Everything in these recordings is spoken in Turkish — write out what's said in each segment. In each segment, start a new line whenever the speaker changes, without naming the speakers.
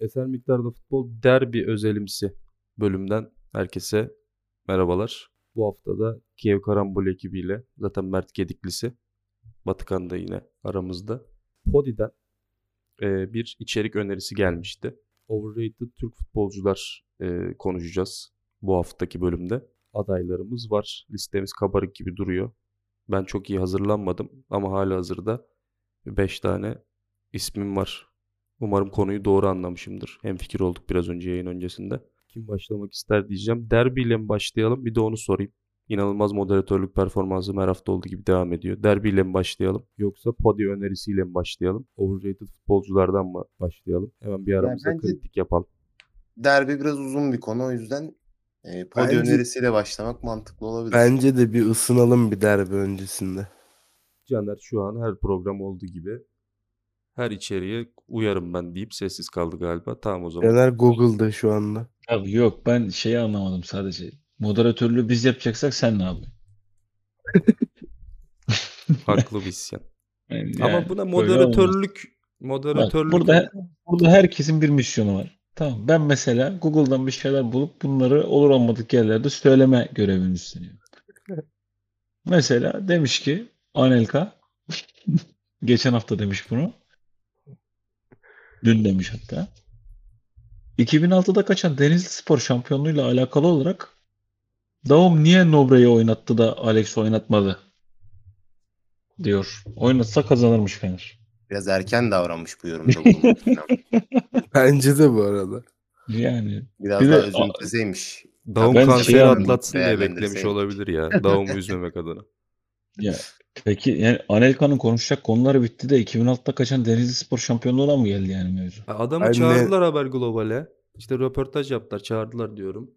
Eser Miktarda Futbol Derbi Özelimsi bölümden herkese merhabalar. Bu hafta da Kiev Karambol ekibiyle zaten Mert Gediklisi Batıkan da yine aramızda. Podi'den e, bir içerik önerisi gelmişti. Overrated Türk futbolcular e, konuşacağız bu haftaki bölümde. Adaylarımız var. Listemiz kabarık gibi duruyor. Ben çok iyi hazırlanmadım ama hala hazırda 5 tane ismim var. Umarım konuyu doğru anlamışımdır. Hem fikir olduk biraz önce yayın öncesinde. Kim başlamak ister diyeceğim. Derbiyle mi başlayalım? Bir de onu sorayım. İnanılmaz moderatörlük performansı her hafta olduğu gibi devam ediyor. Derbiyle mi başlayalım? Yoksa podi önerisiyle mi başlayalım? Overrated futbolculardan mı başlayalım? Hemen bir aramızda
bence-
kritik yapalım.
Derbi biraz uzun bir konu o yüzden e, podi
Bence-
önerisiyle başlamak mantıklı olabilir.
Bence de bir ısınalım bir derbi öncesinde.
Caner şu an her program olduğu gibi her içeriğe uyarım ben deyip sessiz kaldı galiba. Tamam o zaman.
Caner Google'da şu anda.
Ya yok ben şeyi anlamadım sadece. Moderatörlüğü biz yapacaksak sen ne yapıyorsun?
Haklı bir isyan.
Yani
Ama
yani
buna
böyle olmaz.
moderatörlük
Bak,
moderatörlük
burada burada herkesin bir misyonu var. Tamam ben mesela Google'dan bir şeyler bulup bunları olur olmadık yerlerde söyleme görevini üstleniyorum. Mesela demiş ki Anelka geçen hafta demiş bunu. Dün demiş hatta. 2006'da kaçan Denizli Spor şampiyonluğuyla alakalı olarak Daum niye Nobre'yi oynattı da Alex oynatmadı? diyor. Oynatsa kazanırmış Fener.
Biraz erken davranmış bu yorumda bulunmak. falan.
Bence de bu arada.
Yani
Biraz
Bir de-
daha üzüntüseymiş.
Daum
Ben
kanseri
şey anladım.
atlatsın diye
Değerlendirseydim.
beklemiş olabilir ya. Daum'u üzmemek adına.
ya peki yani Anelka'nın konuşacak konuları bitti de 2006'da kaçan Denizli Spor şampiyonluğuna mı geldi yani mevzu?
Ya Adamı
Anne-
çağırdılar Haber Global'e. İşte röportaj yaptılar, çağırdılar diyorum.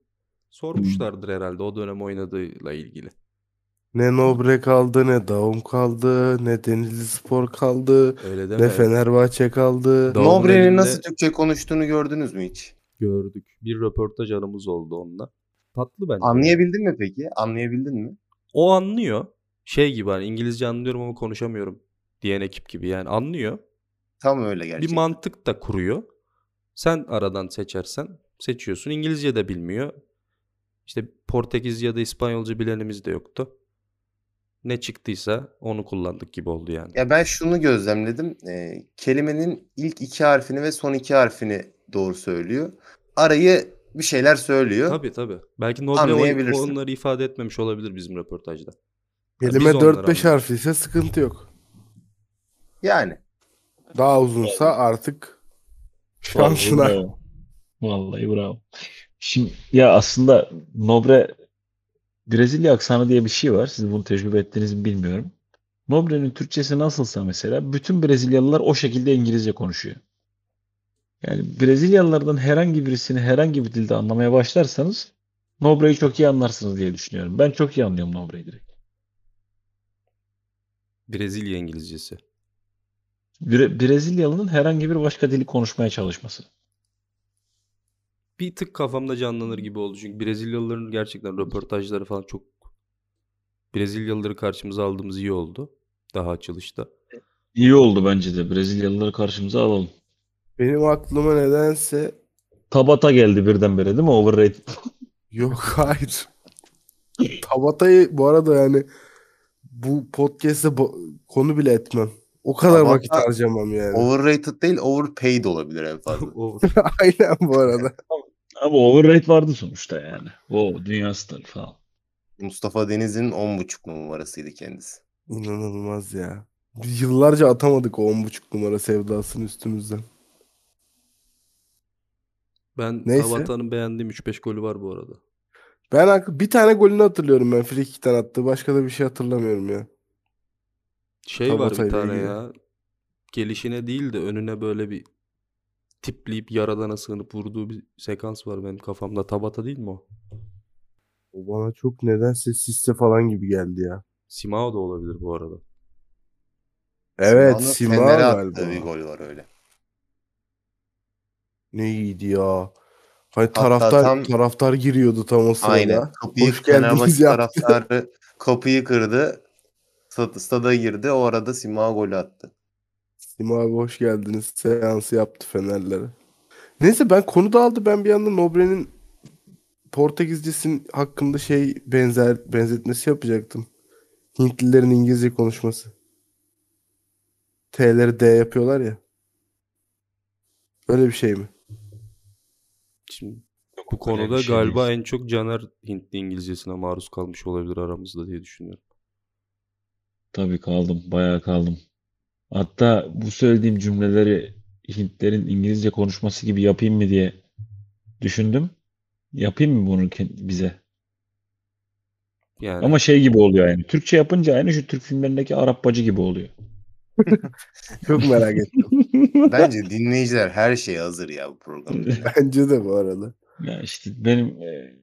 Sormuşlardır herhalde o dönem oynadığıyla ilgili.
Ne Nobre kaldı, ne Daum kaldı, ne Denizli Spor kaldı,
Öyle deme.
ne Fenerbahçe kaldı.
Doğru.
Nobre'nin
elinde-
nasıl Türkçe konuştuğunu gördünüz mü hiç?
Gördük. Bir röportaj anımız oldu onunla. Tatlı bence.
Anlayabildin mi peki? Anlayabildin mi?
O anlıyor. Şey gibi hani İngilizce anlıyorum ama konuşamıyorum diyen ekip gibi yani anlıyor.
Tam öyle gerçekten.
Bir mantık da kuruyor. Sen aradan seçersen seçiyorsun. İngilizce de bilmiyor. İşte Portekizce ya da İspanyolca bilenimiz de yoktu. Ne çıktıysa onu kullandık gibi oldu yani.
Ya ben şunu gözlemledim. E, kelimenin ilk iki harfini ve son iki harfini doğru söylüyor. Arayı bir şeyler söylüyor.
Tabii tabii. Belki Nobre o-
Anlayabilirsin.
onları ifade etmemiş olabilir bizim röportajda.
Kelime
Biz onları
4-5
anladık.
harfi ise sıkıntı yok.
Yani
Daha uzunsa artık şansına.
Vallahi bravo. Vallahi bravo. Şimdi ya aslında Nobre Brezilya aksanı diye bir şey var. Siz bunu tecrübe ettiniz mi bilmiyorum. Nobre'nin Türkçesi nasılsa mesela bütün Brezilyalılar o şekilde İngilizce konuşuyor. Yani Brezilyalılardan herhangi birisini herhangi bir dilde anlamaya başlarsanız Nobre'yi çok iyi anlarsınız diye düşünüyorum. Ben çok iyi anlıyorum Nobre'yi direkt.
Brezilya İngilizcesi.
Bre- Brezilyalı'nın herhangi bir başka dili konuşmaya çalışması.
Bir tık kafamda canlanır gibi oldu. Çünkü Brezilyalıların gerçekten röportajları falan çok... Brezilyalıları karşımıza aldığımız iyi oldu. Daha açılışta.
İyi oldu bence de. Brezilyalıları karşımıza alalım.
Benim aklıma nedense
Tabata geldi birdenbire değil mi? Overrated.
Yok hayır. Tabata'yı bu arada yani bu podcast'te bo- konu bile etmem. O kadar
Tabata-
vakit harcamam yani.
overrated değil overpaid olabilir en fazla.
O-
Aynen bu arada.
Ama overrated vardı sonuçta yani. O dünya starı falan.
Mustafa Deniz'in 10.5 numarasıydı kendisi.
İnanılmaz ya. Biz yıllarca atamadık o 10.5 numara sevdasını üstümüzden.
Ben
Neyse.
Tabata'nın beğendiğim 3-5 golü var bu arada.
Ben hak- bir tane golünü hatırlıyorum ben. Free kick'ten attı. Başka da bir şey hatırlamıyorum ya.
Şey var bir
Tabata'yla
tane
ilgili.
ya. Gelişine değil de önüne böyle bir tipleyip yaradana sığınıp vurduğu bir sekans var benim kafamda. Tabata değil mi o?
O bana çok nedense Sisse falan gibi geldi ya.
Simao da olabilir bu arada.
Evet
Simao'nun
Sima
Fener'e attığı bir
galiba.
gol var öyle.
Ne iyiydi ya. Hani
Hatta
taraftar
tam-
taraftar giriyordu tam o sırada.
Aynen. Kapıyı
Hoş geldiniz
Fenerbahçe
yaptı.
taraftarı kapıyı kırdı. Stada, stada girdi. O arada Sima golü attı.
Sima abi hoş geldiniz. Seansı yaptı Fenerlere. Neyse ben konu dağıldı. Ben bir yandan Nobre'nin Portekizcesinin hakkında şey benzer benzetmesi yapacaktım. Hintlilerin İngilizce konuşması. T'leri D yapıyorlar ya. Öyle bir şey mi?
Şimdi
Yok,
bu
öyle bir
konuda
şey
galiba
değil.
en çok Caner Hintli İngilizcesine maruz kalmış olabilir aramızda diye düşünüyorum.
Tabii kaldım. Bayağı kaldım. Hatta bu söylediğim cümleleri Hintlerin İngilizce konuşması gibi yapayım mı diye düşündüm. Yapayım mı bunu kend- bize?
Yani
Ama şey gibi oluyor yani. Türkçe yapınca aynı şu Türk filmlerindeki Arap bacı gibi oluyor.
Çok merak ettim.
Bence dinleyiciler her şeye hazır ya bu programda.
Bence de bu arada.
Ya işte benim e,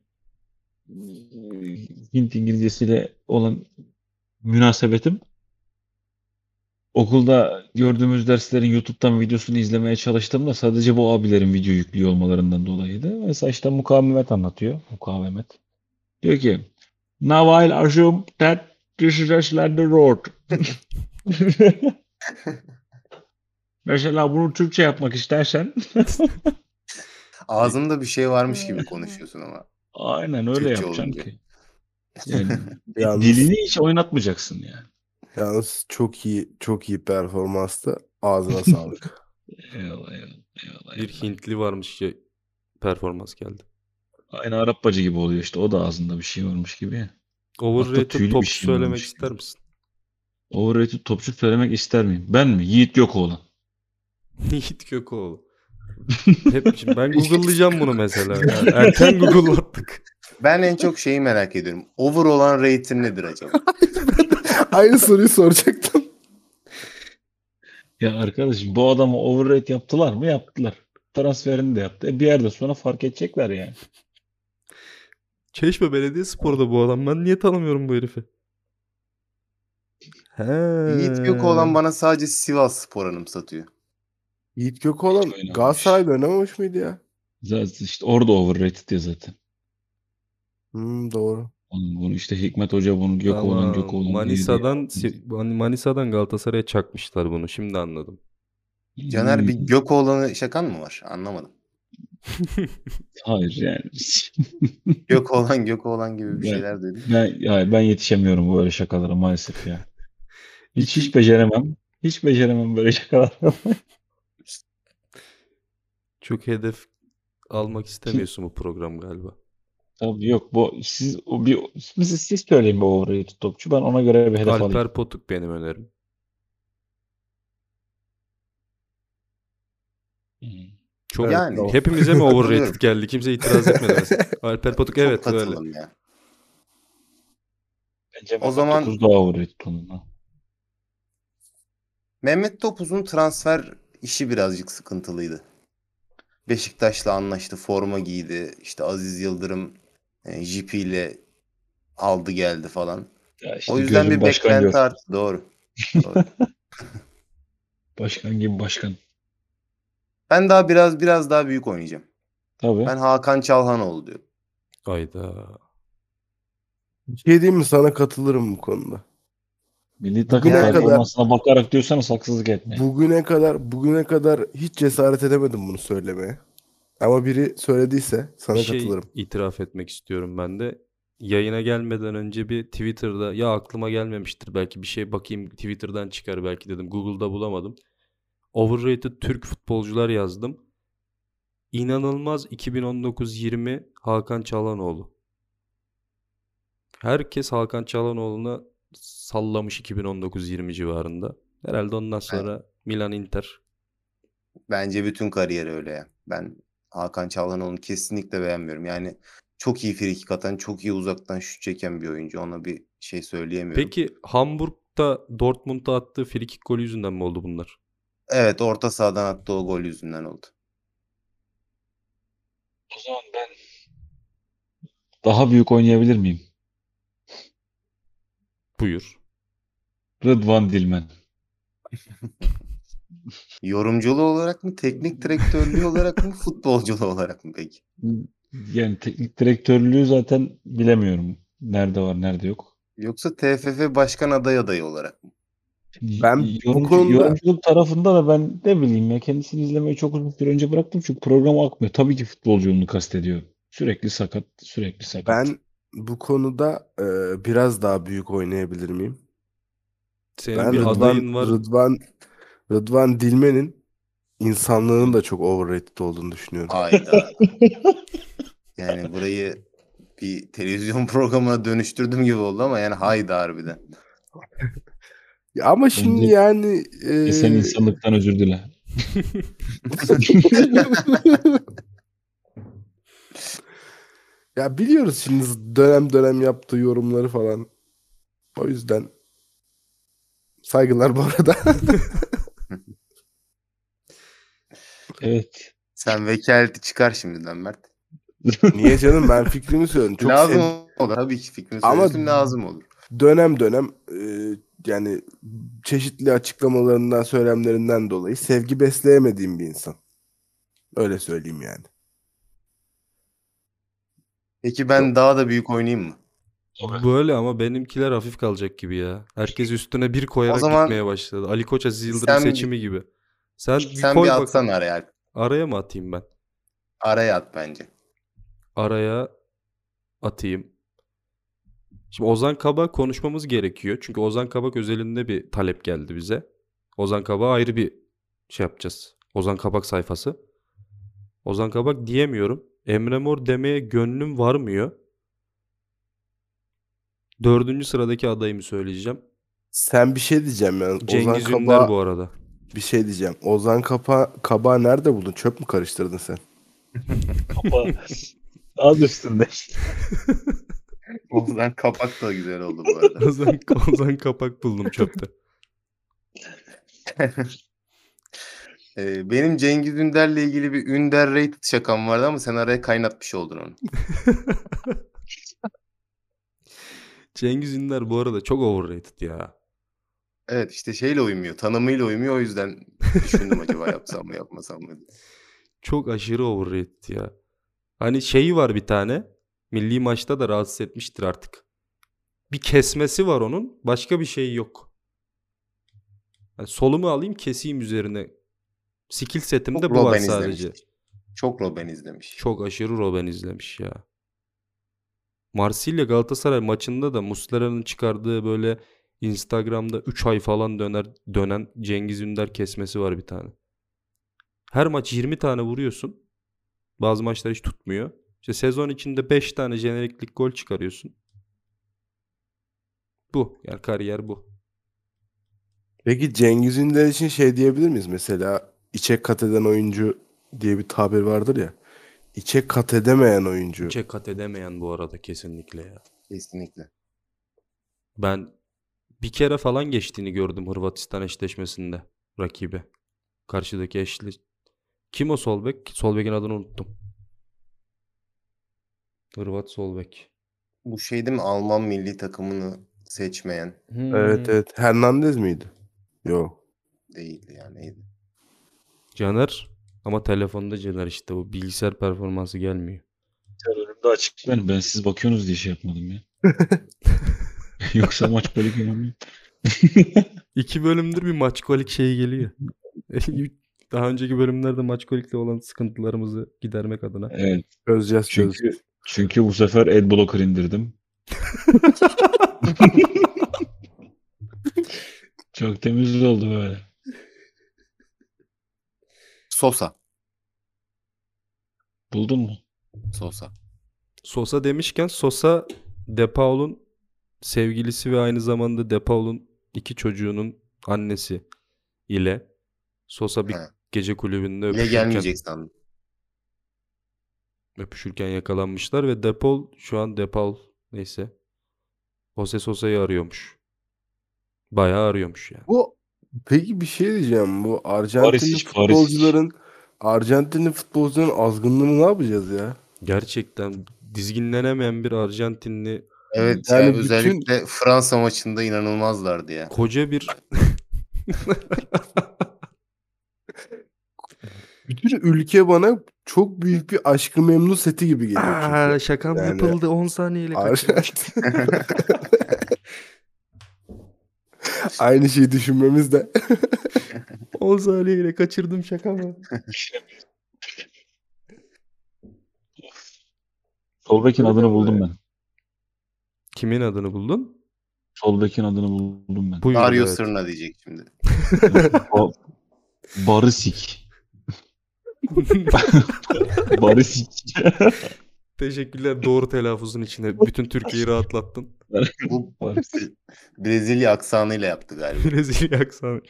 Hint İngilizcesiyle olan münasebetim okulda gördüğümüz derslerin YouTube'dan videosunu izlemeye çalıştığımda sadece bu abilerin video yüklüyor olmalarından dolayıydı. Mesela işte mukavemet anlatıyor. Mukavemet. Diyor ki Now I'll assume that this is just like the road. Mesela bunu Türkçe yapmak istersen
Ağzında bir şey varmış gibi konuşuyorsun ama.
Aynen öyle
Türkçe
yapacaksın
olunca.
ki. Yani
Yalnız,
dilini hiç oynatmayacaksın yani.
yalnız çok iyi çok iyi performansta ağzına sağlık.
Eyvallah eyvallah. eyvallah,
bir
eyvallah.
Hintli varmış ki performans geldi.
Aynı Arap bacı gibi oluyor işte. O da ağzında bir şey varmış gibi ya. tüylü
Overrated
bir
top
şey
söylemek
varmış gibi.
ister misin?
Overrated topçu söylemek ister miyim? Ben mi? Yiğit yok oğlan.
Yiğit Kökoğlu. Hep şimdi ben Google'layacağım bunu mesela. Yani erken Google'lattık.
Ben en çok şeyi merak ediyorum. Over olan rating nedir acaba?
Aynı soruyu soracaktım.
Ya arkadaşım bu adamı overrate yaptılar mı? Yaptılar. Transferini de yaptı. E bir yerde sonra fark edecekler yani.
Çeşme Belediyespor'da bu adam. Ben niye tanımıyorum bu herifi? He.
Yiğit Gökoğlan bana sadece Sivas Spor anımsatıyor.
Yiğit Gökoğlan
Hiç oynamamış.
Galatasaray'da oynamamış mıydı ya?
Zaten işte orada overrated ya zaten.
Hmm, doğru.
Onun, bunu işte Hikmet Hoca bunun yok oğlan
Tamam.
yok oğlan diye
Manisa'dan
diye-
Si- Man- Manisa'dan Galatasaray'a çakmışlar bunu. Şimdi anladım.
Caner bir
Hmm,
Gökoğlan'ı şakan mı var? Anlamadım.
Hayır yani.
Gökoğlan Gökoğlan gibi bir
Ben-
şeyler dedim.
Ben, ya ben yetişemiyorum böyle şakalara maalesef ya. Hiç hiç beceremem. Hiç beceremem böyle şakalara.
Çok hedef almak istemiyorsun bu program galiba.
Tabii yok bu siz o bir siz, siz söyleyin bu overrated topçu ben ona göre bir hedef alayım.
Alper Potuk benim önerim.
Hmm.
Çok
Yani.
yani. hepimize mi overrated
Katılıyorum.
geldi? Kimse itiraz etmedi mesela. Alper Potuk
Çok
evet böyle.
katılım ya.
Bence
O zaman-
9 daha overrated onun. ha.
Mehmet Topuz'un transfer işi birazcık sıkıntılıydı. Beşiktaş'la anlaştı, forma giydi. İşte Aziz Yıldırım e, jipiyle aldı geldi falan.
Ya işte
O yüzden
gözüm
bir
başkan
beklenti
görsün.
arttı. Doğru. Doğru.
Başkan gibi başkan.
ben daha biraz biraz daha büyük oynayacağım.
Tabii.
Ben Hakan Çalhanoğlu diyorum.
Ayda.
Bir şey diyeyim mi sana katılırım bu konuda.
Milli takım
Bugüne kadar-
performansına bakarak diyorsanız haksızlık etmeyin.
Bugüne kadar bugüne kadar hiç cesaret edemedim bunu söylemeye. Ama biri söylediyse sana
Bir şey
katılırım.
itiraf etmek istiyorum ben de. Yayına gelmeden önce bir Twitter'da ya aklıma gelmemiştir belki bir şey bakayım Twitter'dan çıkar belki dedim. Google'da bulamadım. Overrated Türk futbolcular yazdım. İnanılmaz 2019-20 Hakan Çalanoğlu. Herkes Hakan Çalanoğlu'na sallamış 2019-20 civarında. Herhalde ondan sonra Milan Inter
Bence bütün kariyeri öyle ya. Ben Hakan Çalhanoğlu'nu kesinlikle beğenmiyorum. Yani çok iyi frikik atan, çok iyi uzaktan şut çeken bir oyuncu. Ona bir şey söyleyemiyorum.
Peki Hamburg'da Dortmund'a attığı frikik golü yüzünden mi oldu bunlar?
Evet, orta sahadan attığı o gol yüzünden oldu.
O zaman ben daha büyük oynayabilir miyim?
Buyur.
Rıdvan Dilmen.
Yorumculuğu olarak mı, teknik direktörlüğü olarak mı, futbolculuğu olarak mı peki?
Yani teknik direktörlüğü zaten bilemiyorum. Nerede var, nerede yok.
Yoksa TFF başkan aday adayı olarak mı?
Ben
Y-
bu
yorumcu-
konuda-
yorumculuk tarafında da ben ne bileyim ya kendisini izlemeyi çok uzun süre önce bıraktım çünkü program akmıyor. Tabii ki futbolculuğunu kastediyor. Sürekli sakat, sürekli sakat.
Ben bu konuda e, biraz daha büyük oynayabilir miyim?
Senin
Ben
bir adayın
Rıdvan,
var.
Rıdvan, Rıdvan Dilmen'in insanlığının da çok overrated olduğunu düşünüyorum.
Hayda. yani burayı bir televizyon programına dönüştürdüm gibi oldu ama yani hayda harbiden.
Ya Ama şimdi
Bence-
yani e,
E sen insanlıktan özür dile.
ya biliyoruz şimdi dönem dönem yaptığı yorumları falan. O yüzden saygılar bu arada.
Evet.
Sen vekaleti çıkar şimdiden Mert.
Niye canım ben fikrimi söyledim. Çok
lazım
sev-
olur. Tabii ki fikrimi
Ama-
söylesin lazım olur.
dönem dönem e, yani çeşitli açıklamalarından, söylemlerinden dolayı sevgi besleyemediğim bir insan. Öyle söyleyeyim yani.
Peki ben daha da büyük oynayayım mı?
Böyle ama benimkiler hafif kalacak gibi ya. Herkes üstüne bir koyarak
O zaman-
gitmeye başladı. Ali Koç Aziz Yıldırım
Sen-
seçimi gibi. Sen, bir
Sen
koy
bir
bak-
atsan araya. Alp.
Araya mı atayım ben?
Araya at bence.
Araya atayım. Şimdi Ozan Kabak konuşmamız gerekiyor. Çünkü Ozan Kabak özelinde bir talep geldi bize. Ozan Kabak'a ayrı bir şey yapacağız. Ozan Kabak sayfası. Ozan Kabak diyemiyorum. Emre Mor demeye gönlüm varmıyor. Dördüncü sıradaki adayımı söyleyeceğim.
Sen bir şey diyeceğim yani. Ozan
Cengiz Ünder
Kaba
bu arada.
bir şey diyeceğim. Ozan Kapa Kaba nerede buldun? Çöp mü karıştırdın sen?
Ama az üstünde.
Ozan kapak da güzel oldu bu arada.
Ozan, Ozan Kabak buldum çöpte.
Ee, benim Cengiz Ünder'le ilgili bir Ünder rated şakam vardı ama sen araya kaynatmış oldun onu.
Cengiz Ünder bu arada çok overrated ya.
Evet işte şeyle uymuyor. Tanımıyla uymuyor. O yüzden düşündüm acaba yapsam mı yapmasam mı diye.
Çok aşırı overrated ya. Hani şeyi var bir tane. Milli maçta da rahatsız etmiştir artık. Bir kesmesi var onun. Başka bir şey yok. Yani solumu alayım keseyim üzerine. Skill setimde
Çok
bu var
Robben
sadece.
izlemiş. Çok Robben izlemiş.
Çok aşırı Robben izlemiş ya. Marsilya Galatasaray maçında da Muslera'nın çıkardığı böyle Instagram'da 3 ay falan döner dönen Cengiz Ünder kesmesi var bir tane. Her maç 20 tane vuruyorsun. Bazı maçlar hiç tutmuyor. İşte sezon içinde 5 tane jeneriklik gol çıkarıyorsun. Bu. Yani kariyer bu.
Peki Cengiz Ünder için şey diyebilir miyiz? Mesela içe kat eden oyuncu diye bir tabir vardır ya. İçe kat edemeyen oyuncu.
Çek kat edemeyen bu arada kesinlikle ya.
Kesinlikle.
Ben bir kere falan geçtiğini gördüm Hırvatistan eşleşmesinde rakibi. Karşıdaki eşli. Kim o Solbek? Solbek'in adını unuttum. Hırvat Solbek.
Bu şey değil mi? Alman milli takımını seçmeyen
Hmm.
Evet evet. Hernandez miydi? Yok.
değildi yani. Neydi?
Caner. Ama telefonda Caner işte bu bilgisayar performansı gelmiyor.
Önümde açık. Ben, ben siz bakıyorsunuz diye şey yapmadım ya. Yoksa maç böyle görünmüyor.
İki bölümdür bir maçkolik şeyi geliyor. Daha önceki bölümlerde maçkolikle olan sıkıntılarımızı gidermek adına.
Evet.
Çözeceğiz
Çünkü-
çözeceğiz.
Çünkü bu sefer adblocker indirdim. Çok temiz oldu böyle.
Sosa.
Buldun mu?
Sosa.
Sosa demişken Sosa De Paul'un sevgilisi ve aynı zamanda De Paul'un iki çocuğunun annesi ile Sosa bir
He.
gece kulübünde
Bile
öpüşürken,
gelmeyecek sandım.
öpüşürken yakalanmışlar ve De Paul şu an De Paul neyse Jose Sosa'yı arıyormuş. Bayağı arıyormuş yani.
Bu peki bir şey diyeceğim. Bu Arjantinli
Barisic, Barisic.
futbolcuların Arjantinli futbolcuların azgınlığını ne yapacağız ya?
Gerçekten dizginlenemeyen bir Arjantinli
Evet
Yani
yani
bütün-
özellikle Fransa maçında inanılmazlardı ya.
koca bir
Bütün ülke bana çok büyük bir aşkı memnun seti gibi geliyor çünkü.
Aa, şakam
Yani-
yapıldı 10 saniyeyle kaçırdım.
Arjantin.
işte.
Aynı şeyi düşünmemiz de. o ile kaçırdım şaka mı?
Solbek'in adını buldum ben.
Kimin adını buldun?
Solbek'in adını buldum ben.
Buyurun,
Dario
evet.
Sırna diyecek şimdi.
Ba- Barısik. Barısik.
Teşekkürler doğru telaffuzun içinde. Bütün Türkiye'yi rahatlattın.
Bu
Barısik.
Brezilya aksanıyla yaptı galiba.
Brezilya aksanı.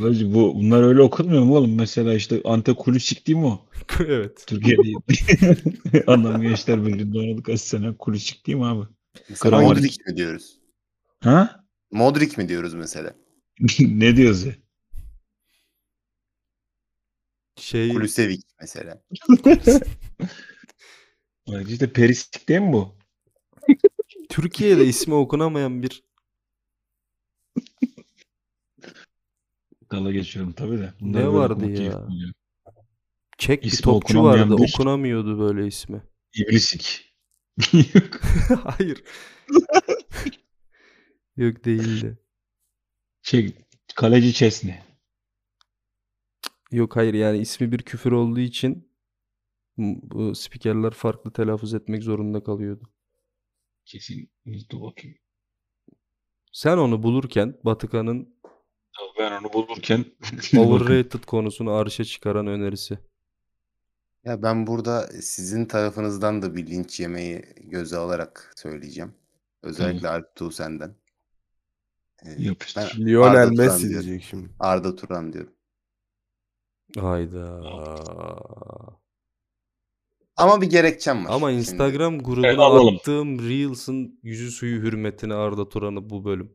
Hacı bu bunlar öyle okunmuyor mu oğlum? Mesela işte Ante Kulüşçik değil mi o?
evet.
Türkiye'de Anlam Gençler Birliği'nde oynadık kaç sene. Kulüşçik değil mi abi?
Mesela
Kral-
Modric mi diyoruz?
Ha?
Modric mi diyoruz mesela?
ne diyoruz ya?
Şey
Kulisevic mesela.
Hacı işte Perisik değil mi bu?
Türkiye'de ismi okunamayan bir
Dala geçiyorum tabii de.
Ne
böyle
vardı
okumak
ya?
keyifli oluyor.
Çek bir
İsmi
topçu
okunamayan
vardı.
bir-
Okunamıyordu böyle ismi.
İblisik.
Hayır. Yok değildi.
şey, kaleci Çesni.
Yok hayır yani ismi bir küfür olduğu için m- bu spikerler farklı telaffuz etmek zorunda kalıyordu.
Kesin. Dur bakayım.
Sen onu bulurken Batıkan'ın
Ben onu bulurken
overrated konusunu arşa çıkaran önerisi.
Ya ben burada e, sizin tarafınızdan da bir linç yemeyi göze alarak söyleyeceğim. Özellikle Alp Tuğ senden. Ee,
yapıştır.
Ben-
Lionel
Pardon,
Messi
sen diyor.
diyecek şimdi.
Arda Turan diyorum.
Hayda.
Ama bir gerekçem var.
Ama
şimdi.
Instagram grubuna
Evet, alalım.
attığım Reels'ın yüzü suyu hürmetine Arda Turan'ı bu bölüm.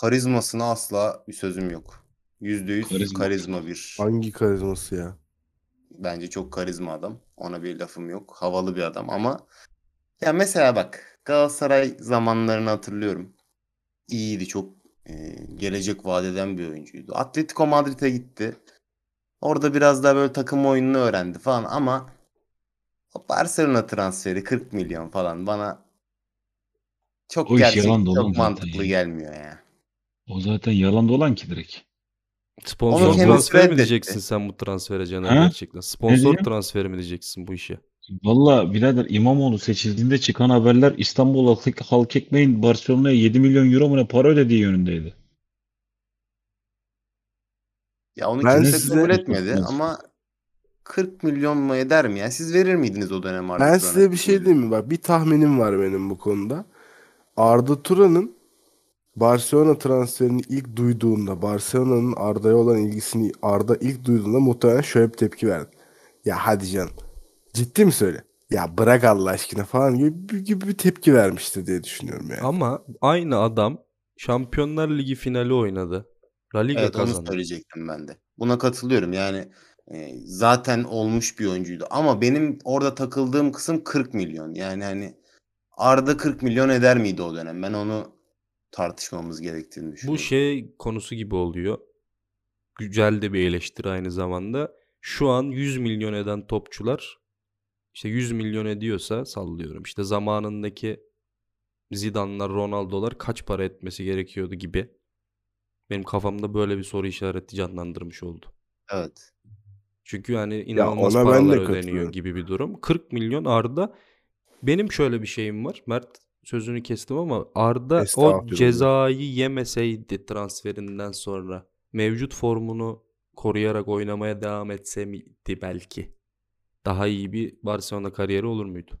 Karizmasına asla bir sözüm yok. Yüzde yüz
Karizma.
karizma bir.
Hangi karizması ya?
Bence çok karizma adam. Ona bir lafım yok. Havalı bir adam ama ya mesela bak Galatasaray zamanlarını hatırlıyorum. İyiydi çok e, gelecek vadeden bir oyuncuydu. Atletico Madrid'e gitti. Orada biraz daha böyle takım oyununu öğrendi falan ama o Barcelona transferi 40 milyon falan bana çok
O iş
gerçek,
yalan da oğlum
çok
zaten
mantıklı
ya.
gelmiyor ya.
O zaten yalan dolan ki direkt.
Sponsor
Onu kendisi
transferi mi
reddetti.
diyeceksin sen bu transfere Caner
Ha?
gerçekten? Sponsor
diyor?
transferi mi diyeceksin bu işe?
Valla birader İmamoğlu seçildiğinde çıkan haberler İstanbul Halk- Halk Ekmeği'nin Barcelona'ya 7 milyon euro mu ne para ödediği yönündeydi.
Ya onu
Ben
kimse
size-
kabul etmedi ama 40 milyon mu eder mi? Yani siz verir miydiniz o dönem Arda
Ben
Turan'a?
size bir şey diyeyim mi? Bak bir tahminim var benim bu konuda. Arda Turan'ın Barcelona transferini ilk duyduğunda, Barcelona'nın Arda'ya olan ilgisini Arda ilk duyduğunda muhtemelen şöyle bir tepki verdi. Ya hadi canım. Ciddi mi söyle? Ya bırak Allah aşkına falan gibi, bir- gibi bir tepki vermişti diye düşünüyorum yani.
Ama aynı adam Şampiyonlar Ligi finali oynadı. La Liga
Evet onu
kazandı.
söyleyecektim ben de. Buna katılıyorum yani e, zaten olmuş bir oyuncuydu ama benim orada takıldığım kısım 40 milyon. Yani hani Arda 40 milyon eder miydi o dönem? Ben onu tartışmamız gerektiğini
Bu
düşünüyorum.
şey konusu gibi oluyor. Güzel de bir eleştiri aynı zamanda. Şu an 100 milyon eden topçular işte 100 milyon ediyorsa sallıyorum. İşte zamanındaki Zidane'lar, Ronaldo'lar kaç para etmesi gerekiyordu gibi. Benim kafamda böyle bir soru işareti canlandırmış oldu.
Evet.
Çünkü yani inanılmaz
ona ben de
paralar ödeniyor
katılıyorum.
gibi bir durum. 40 milyon Arda. Benim şöyle bir şeyim var. Mert sözünü kestim ama Arda o
Estağfurullah.
cezayı yemeseydi transferinden sonra mevcut formunu koruyarak oynamaya devam etse miydi belki? Daha iyi bir Barcelona kariyeri olur muydu?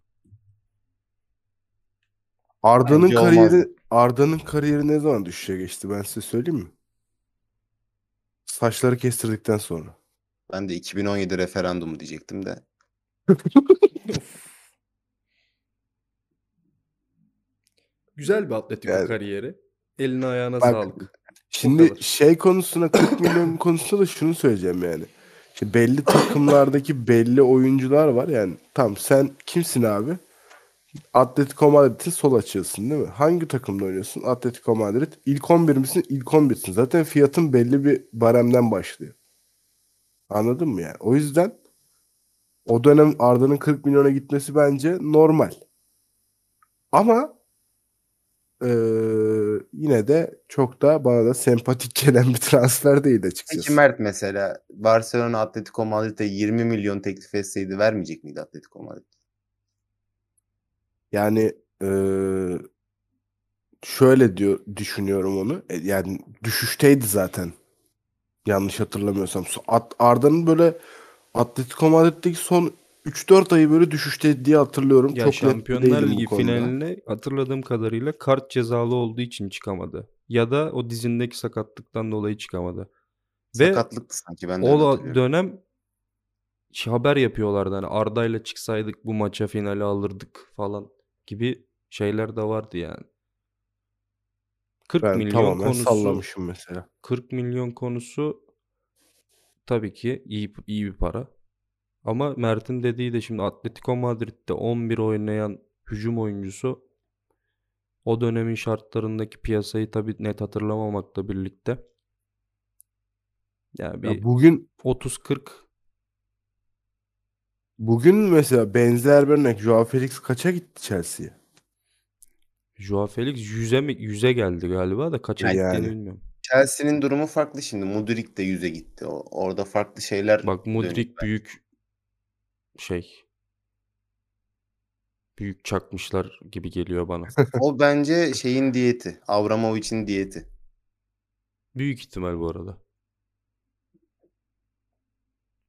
Arda'nın
Bence
kariyeri
olmazdı.
Arda'nın kariyeri ne zaman düşüşe geçti ben size söyleyeyim mi? Saçları kestirdikten sonra.
Ben de 2017 referandumu diyecektim de.
Güzel bir atletik
Yani-
kariyeri. Eline ayağına
Bak-
sağlık.
Şimdi
kadar.
şey konusuna 40 milyon konusunda da şunu söyleyeceğim yani. İşte belli takımlardaki belli oyuncular var yani. Tam sen kimsin abi? Atletico Madrid'in sol açıyorsun değil mi? Hangi takımda oynuyorsun? Atletico Madrid. İlk 11 misin? İlk 11'sin. Zaten fiyatın belli bir baremden başlıyor. Anladın mı yani? O yüzden o dönem Arda'nın 40 milyona gitmesi bence normal. Ama Ee, yine de çok da bana da sempatik gelen bir transfer değil
Peki
açıkçası.
Mert mesela Barcelona Atletico Madrid'e 20 milyon teklif etseydi vermeyecek miydi Atletico Madrid?
Yani ee, şöyle diyor düşünüyorum onu. E, Yani düşüşteydi zaten. Yanlış hatırlamıyorsam. So- At- Arda'nın böyle Atletico Madrid'deki son 3-4 ayı böyle düşüşteydi diye hatırlıyorum.
Ya
çok net
Şampiyonlar
değilim bu
Ligi
konuda.
finaline hatırladığım kadarıyla kart cezalı olduğu için çıkamadı. Ya da o dizindeki sakatlıktan dolayı çıkamadı. Ve
Sakatlıktı sanki ben de öyle
o
hatırlıyorum.
dönem şey haber yapıyorlardı hani Arda'yla çıksaydık bu maça finali alırdık falan gibi şeyler de vardı yani. 40
Ben
milyon
tamamen
konusu
sallamışım mesela.
40 milyon konusu tabii ki iyi iyi bir para. Ama Mert'in dediği de şimdi Atletico Madrid'de 11 oynayan hücum oyuncusu o dönemin şartlarındaki piyasayı tabii net hatırlamamakla birlikte yani
Ya
bir
bugün
30-40
bugün mesela benzer bir örnek Joao Felix kaça gitti Chelsea'ye?
Joao Felix 100'e mi 100'e geldi galiba da kaça
Yani.
gittiğini bilmiyorum.
Chelsea'nin durumu farklı şimdi. Mudrik de yüze gitti. O- orada farklı şeyler
Bak
dönüyor.
Mudrik büyük şey büyük çakmışlar gibi geliyor bana.
O bence şeyin diyeti. Avramovic'in diyeti.
Büyük ihtimal bu arada.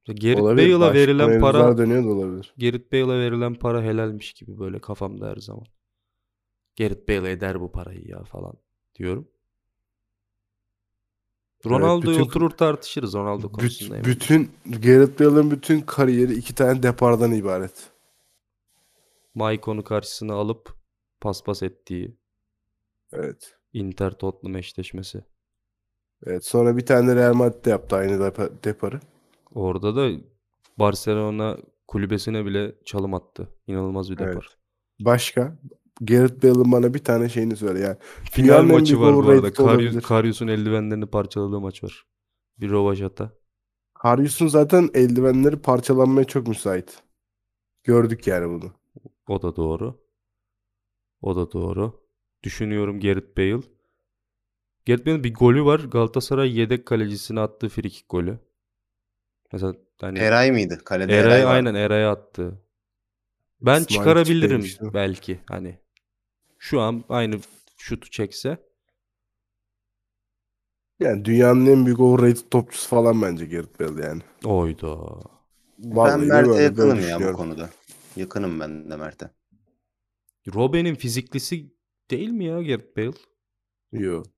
Ya Gerrit
Olabilir,
Bale'a
başka
verilen
mevzular
para
dönüyor da olabilir.
Gerrit Bale'a verilen para helalmiş gibi böyle kafamda her zaman. Gerrit Bale eder bu parayı ya falan diyorum. Ronaldo'yu
bütün-
oturur tartışırız Ronaldo konusunda.
Büt-
eminim.
bütün Gareth Bale'ın bütün kariyeri iki tane depardan ibaret.
Maikon'u karşısına alıp paspas ettiği
Evet.
Inter Tottenham eşleşmesi.
Evet. Sonra bir tane de Real Madrid'de yaptı aynı depa- deparı.
Orada da Barcelona kulübesine bile çalım attı. İnanılmaz bir
Evet.
depar.
Başka Gareth Bale'ın bana bir tane şeyini söyle yani.
Final
Dünyanın en
maçı
büyük
var bu arada.
overrated
Karius,
olabilir.
Karius'un eldivenlerini parçaladığı maç var. Bir Rovajata.
Karius'un zaten eldivenleri parçalanmaya çok müsait. Gördük yani bunu.
O da doğru. O da doğru. Düşünüyorum Gerrit Bale. Gerrit Bale'in bir golü var. Galatasaray yedek kalecisine attığı frikik golü. Mesela hani
Eray mıydı? Kalede
Eray,
Eray vardı.
aynen Eray'a attı. Ben
İsmail
çıkarabilirim
Küçük demişti.
belki hani. Şu an aynı şutu çekse.
Yani dünyanın en büyük overrated topçusu falan bence Gareth Bale yani.
Oydu.
Vallahi
ben
de
Mert'e
böyle- böyle
yakınım ya bu
düşünüyorum.
konuda. Yakınım ben de Mert'e.
Robben'in fiziklisi değil mi ya Gerrit Bale?
Yok.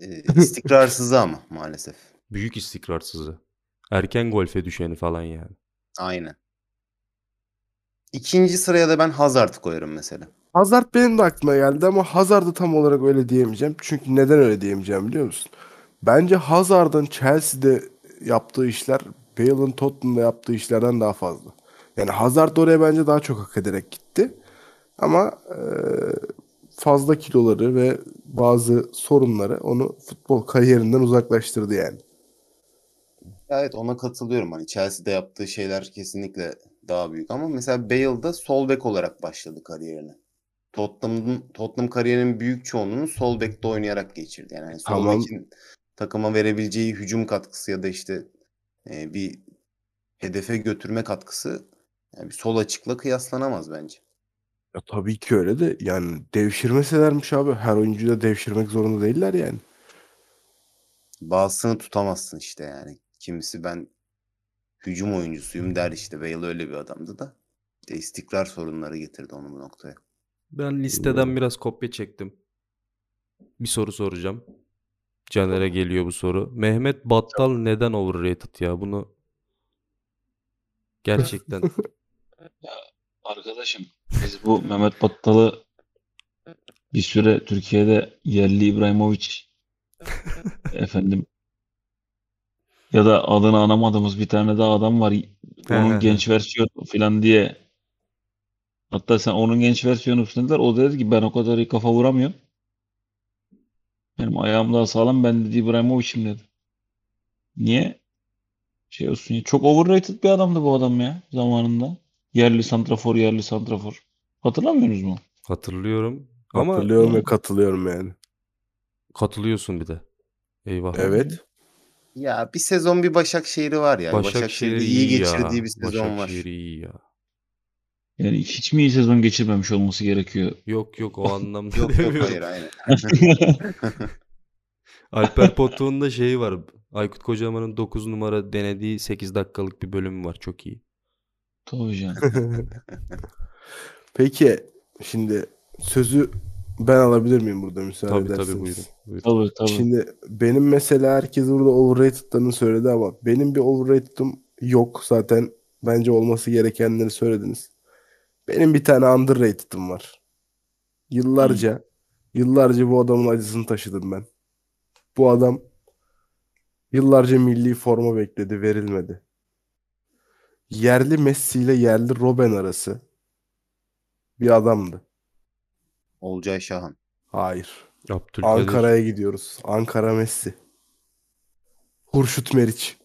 Ee, istikrarsızı ama maalesef.
Büyük istikrarsızı. Erken golfe düşeni falan yani.
Aynen. İkinci sıraya da ben Hazard'ı koyarım mesela.
Hazard benim de aklıma geldi ama Hazard'ı tam olarak öyle diyemeyeceğim. Çünkü neden öyle diyemeyeceğim biliyor musun? Bence Hazard'ın Chelsea'de yaptığı işler Bale'ın Tottenham'da yaptığı işlerden daha fazla. Yani Hazard oraya bence daha çok hak ederek gitti. Ama eee, fazla kiloları ve bazı sorunları onu futbol kariyerinden uzaklaştırdı yani.
Evet ona katılıyorum. Hani Chelsea'de yaptığı şeyler kesinlikle daha büyük ama mesela Bale da sol bek olarak başladı kariyerine. Tottenham'ın Tottenham kariyerinin büyük çoğunluğunu sol bekte oynayarak geçirdi. Yani hani sol
Tamam.
bekin takıma verebileceği hücum katkısı ya da işte e, bir hedefe götürme katkısı yani bir sol açıkla kıyaslanamaz bence.
Ya tabii ki öyle de yani devşirmeselermiş abi. Her oyuncuyu da devşirmek zorunda değiller yani.
Bazısını tutamazsın işte yani. Kimisi ben hücum oyuncusuyum der işte Bale öyle bir adamdı da. İşte istikrar sorunları getirdi onu bu noktaya.
Ben listeden biraz kopya çektim. Bir soru soracağım. Caner'e geliyor bu soru. Mehmet Battal neden overrated ya? Bunu gerçekten
Arkadaşım biz bu Mehmet Battal'ı bir süre Türkiye'de yerli İbrahimovic efendim ya da adını anamadığımız bir tane daha adam var.
he, he.
Onun genç versiyonu falan diye. Hatta sen onun genç versiyonusun dediler. O dedi ki ben o kadar iyi kafa vuramıyorum. Benim ayağım daha sağlam. Ben dedi İbrahimovic'im dedi. Niye? Şey olsun ya. Çok overrated bir adamdı bu adam ya zamanında. Yerli santrafor, yerli santrafor. Hatırlamıyorsunuz mu?
hatırlıyorum. Ama
Hatırlıyorum ve katılıyorum yani.
katılıyorsun bir de. Eyvah.
Evet.
Ya bir sezon bir Başakşehir'i var yani.
Başakşehir
Başakşehir'i iyi geçirdiği bir sezon var.
Başakşehir iyi ya.
Yani hiç mi iyi sezon geçirmemiş olması gerekiyor?
Yok yok o anlamda
Yok yok
demiyorum.
hayır aynen.
Alper Potuk'un da şeyi var. Aykut Kocaman'ın 9 numara denediği 8 dakikalık bir bölümü var. Çok iyi.
Tabii canım.
Peki şimdi sözü ben alabilir miyim burada müsaade
Tabii
ederseniz?
tabii buyurun. buyurun.
Tabii tabii.
Şimdi benim mesela herkes burada overrated'larını söyledi ama benim bir overrated'ım yok zaten. Bence olması gerekenleri söylediniz. Benim bir tane underrated'ım var. Yıllarca yıllarca bu adamın acısını taşıdım ben. Bu adam yıllarca milli forma bekledi, verilmedi. Yerli Messi ile yerli Robben arası bir adamdı.
Olcay Şahan.
Hayır.
Abdülkadir.
Ankara'ya gidiyoruz. Ankara Messi. Hurşut Meriç.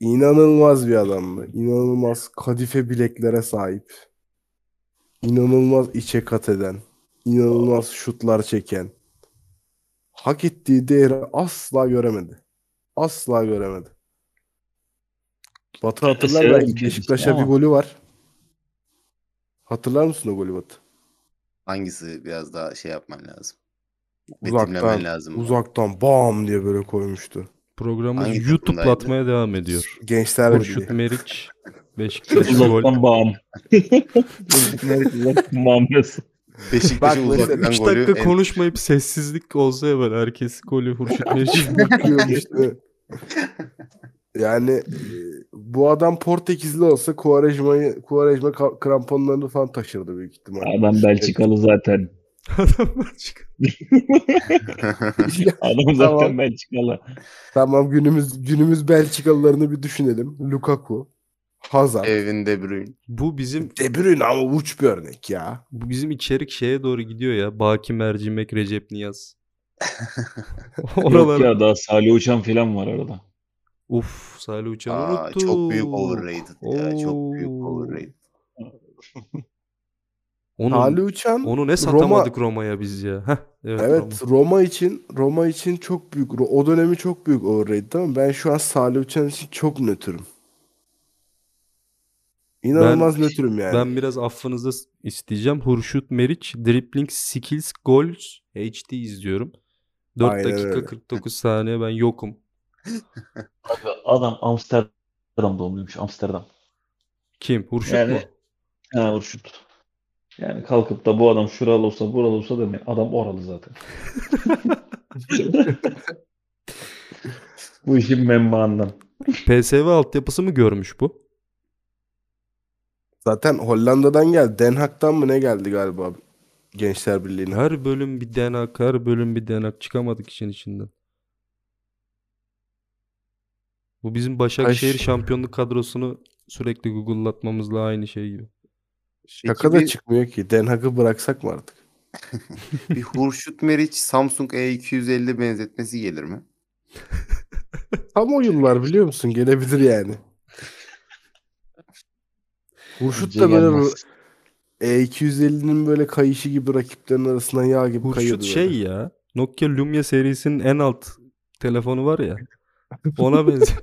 İnanılmaz bir adamdı. İnanılmaz kadife bileklere sahip. İnanılmaz içe kat eden. İnanılmaz şutlar çeken. Hak ettiği değeri asla göremedi. Asla göremedi. Batı hatırlar
Sever
belki
gibi
Beşiktaş'a
ama.
bir golü var. Hatırlar mısın o golü Batı?
Hangisi biraz daha şey yapman lazım. Betimlemen
Uzaktan,
lazım.
uzaktan bam diye böyle koymuştu.
Programımız
Hangi
YouTube'la
takımdaydı?
atmaya devam ediyor.
Gençler Birliği.
Kurşut Meriç, Beşiktaş gol.
Uzaktan bağım. Uzaktan bağım nasıl?
Bak
Beşiktaş'ın
mesela
uzaktan
3
golü.
dakika
en-
konuşmayıp sessizlik olsa ya böyle herkes golü Hurşit Meriç.
Bakıyorum işte. Yani e, bu adam Portekizli olsa Kuvarejma'yı Kuvarejma ka- kramponlarını falan taşırdı büyük ihtimalle.
Adam Belçikalı zaten.
Adamlar çıkıyor.
Adam zaten
Tamam.
Belçikalı.
Tamam günümüz günümüz Belçikalılarını bir düşünelim. Lukaku, Hazard.
Evinde Bruyne.
Bu bizim
De Bruyne ama uç bir örnek ya.
bu bizim içerik şeye doğru gidiyor ya. Baki Mercimek, Recep Niyaz.
Yok
Oralar.
ya daha Salih Uçan falan var arada.
Uf Salih Uçan'ı
Aa,
unuttuk.
çok büyük overrated ya. Çok büyük
Oo.
overrated.
Onu,
Ali Uçan
onu ne satamadık Roma'ya biz ya. Heh, evet.
evet Roma için Roma için çok büyük Ro- o dönemi çok büyük overrated ama ben şu an Salih Uçan için çok nötrüm. İnanılmaz nötrüm yani.
Ben biraz affınızı s- isteyeceğim. Hurşut Meriç, Dribbling Skills Goals HD izliyorum. 4
Aynen
dakika
öyle.
49 saniye ben yokum.
Adam Amsterdam doğumluymuş. Amsterdam.
Kim? Hurşut
Yani-
mu?
Ha Urşut. Yani kalkıp da bu adam şuralı olsa buralı olsa demeyin. Adam oralı zaten. bu işin menbaından.
PSV altyapısı mı görmüş bu?
Zaten Hollanda'dan geldi. Den Haag'tan mı ne geldi galiba Gençler Birliği'ne?
Her bölüm bir denak, her bölüm bir denak. Çıkamadık işin içinden. Bu bizim Başakşehir
Kaş-
şampiyonluk kadrosunu sürekli Google'latmamızla aynı şey gibi.
Şaka da
Peki bir-
çıkmıyor ki. Den Haag'ı bıraksak mı artık?
Bir Hurşut Meriç Samsung E E250 benzetmesi gelir mi?
Tam o yıllar biliyor musun? Gelebilir yani. Hurşut da böyle bu E E250'nin böyle kayışı gibi rakiplerin arasından yağ gibi
Hurşut
kayıyordu.
şey
böyle.
ya. Nokia Lumia serisinin en alt telefonu var ya. Ona benze.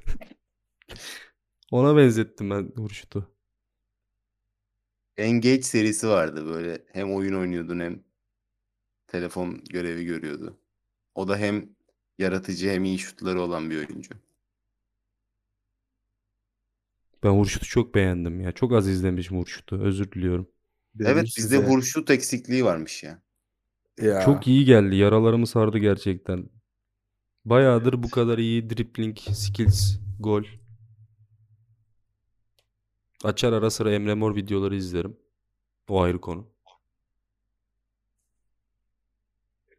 Ona benzettim ben Hurşut'u.
Engage serisi vardı böyle. Hem oyun oynuyordun hem telefon görevi görüyordu. O da hem yaratıcı hem iyi şutları olan bir oyuncu.
Ben Hurşut'u çok beğendim ya. Çok az izlemişim Hurşut'u. Özür diliyorum.
Dedim
evet bizde
size.
Hurşut eksikliği varmış ya.
Ya.
Çok iyi geldi. Yaralarımı sardı gerçekten. Bayağıdır bu kadar iyi dribbling, skills, gol. Açar ara sıra Emre Mor videoları izlerim. O ayrı konu.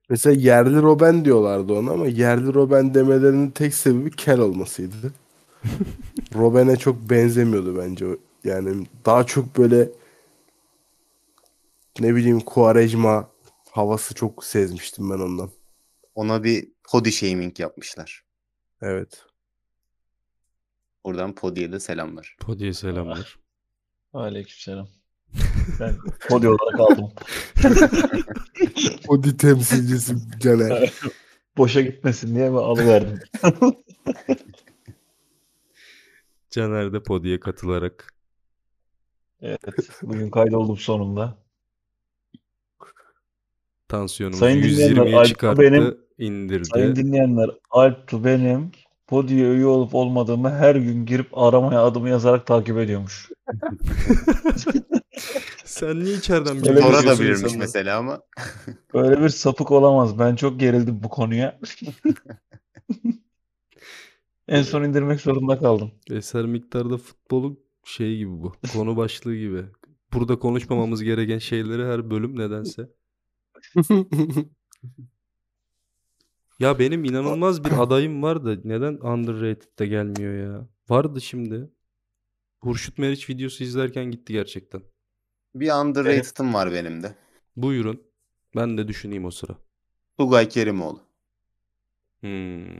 Mesela yerli Robben diyorlardı ona ama yerli Robben demelerinin tek sebebi kel olmasıydı. Robben'e çok benzemiyordu bence. o. Yani daha çok böyle ne bileyim Quaresma havası çok sezmiştim ben ondan.
Ona bir body shaming yapmışlar.
Evet.
Buradan Podi'ye de selamlar.
Podiye selamlar.
Aleykümselam. Ben Poli olarak aldım.
Odi temsilcisi Caner.
Boşa gitmesin diye mi alıverdim.
Caner de podiye katılarak
Evet. Bugün kaydoldum sonunda.
tansiyonumuzu
Sayın dinleyenler,
120'ye
Alp
çıkarttı,
benim-
indirdi.
Sayın dinleyenler, Alptu benim Podi'ye üye olup olmadığımı her gün girip aramaya adımı yazarak takip ediyormuş.
Sen niye içeriden
Öyle
bilgi
bir
Sonra da
veriyorsun
bilirmiş
insanlara?
mesela ama.
Böyle bir sapık olamaz. Ben çok gerildim bu konuya. en son indirmek zorunda kaldım.
Eser miktarda futbolun şey gibi bu. Konu başlığı gibi. Burada konuşmamamız gereken şeyleri her bölüm nedense. Ya benim inanılmaz bir adayım var da neden underrated'de gelmiyor ya? Vardı şimdi. Hurşit Meriç videosu izlerken gitti gerçekten.
Bir underrated'ım var benim de.
Buyurun. Ben de düşüneyim o sıra.
Tugay Kerimoğlu.
Hmm.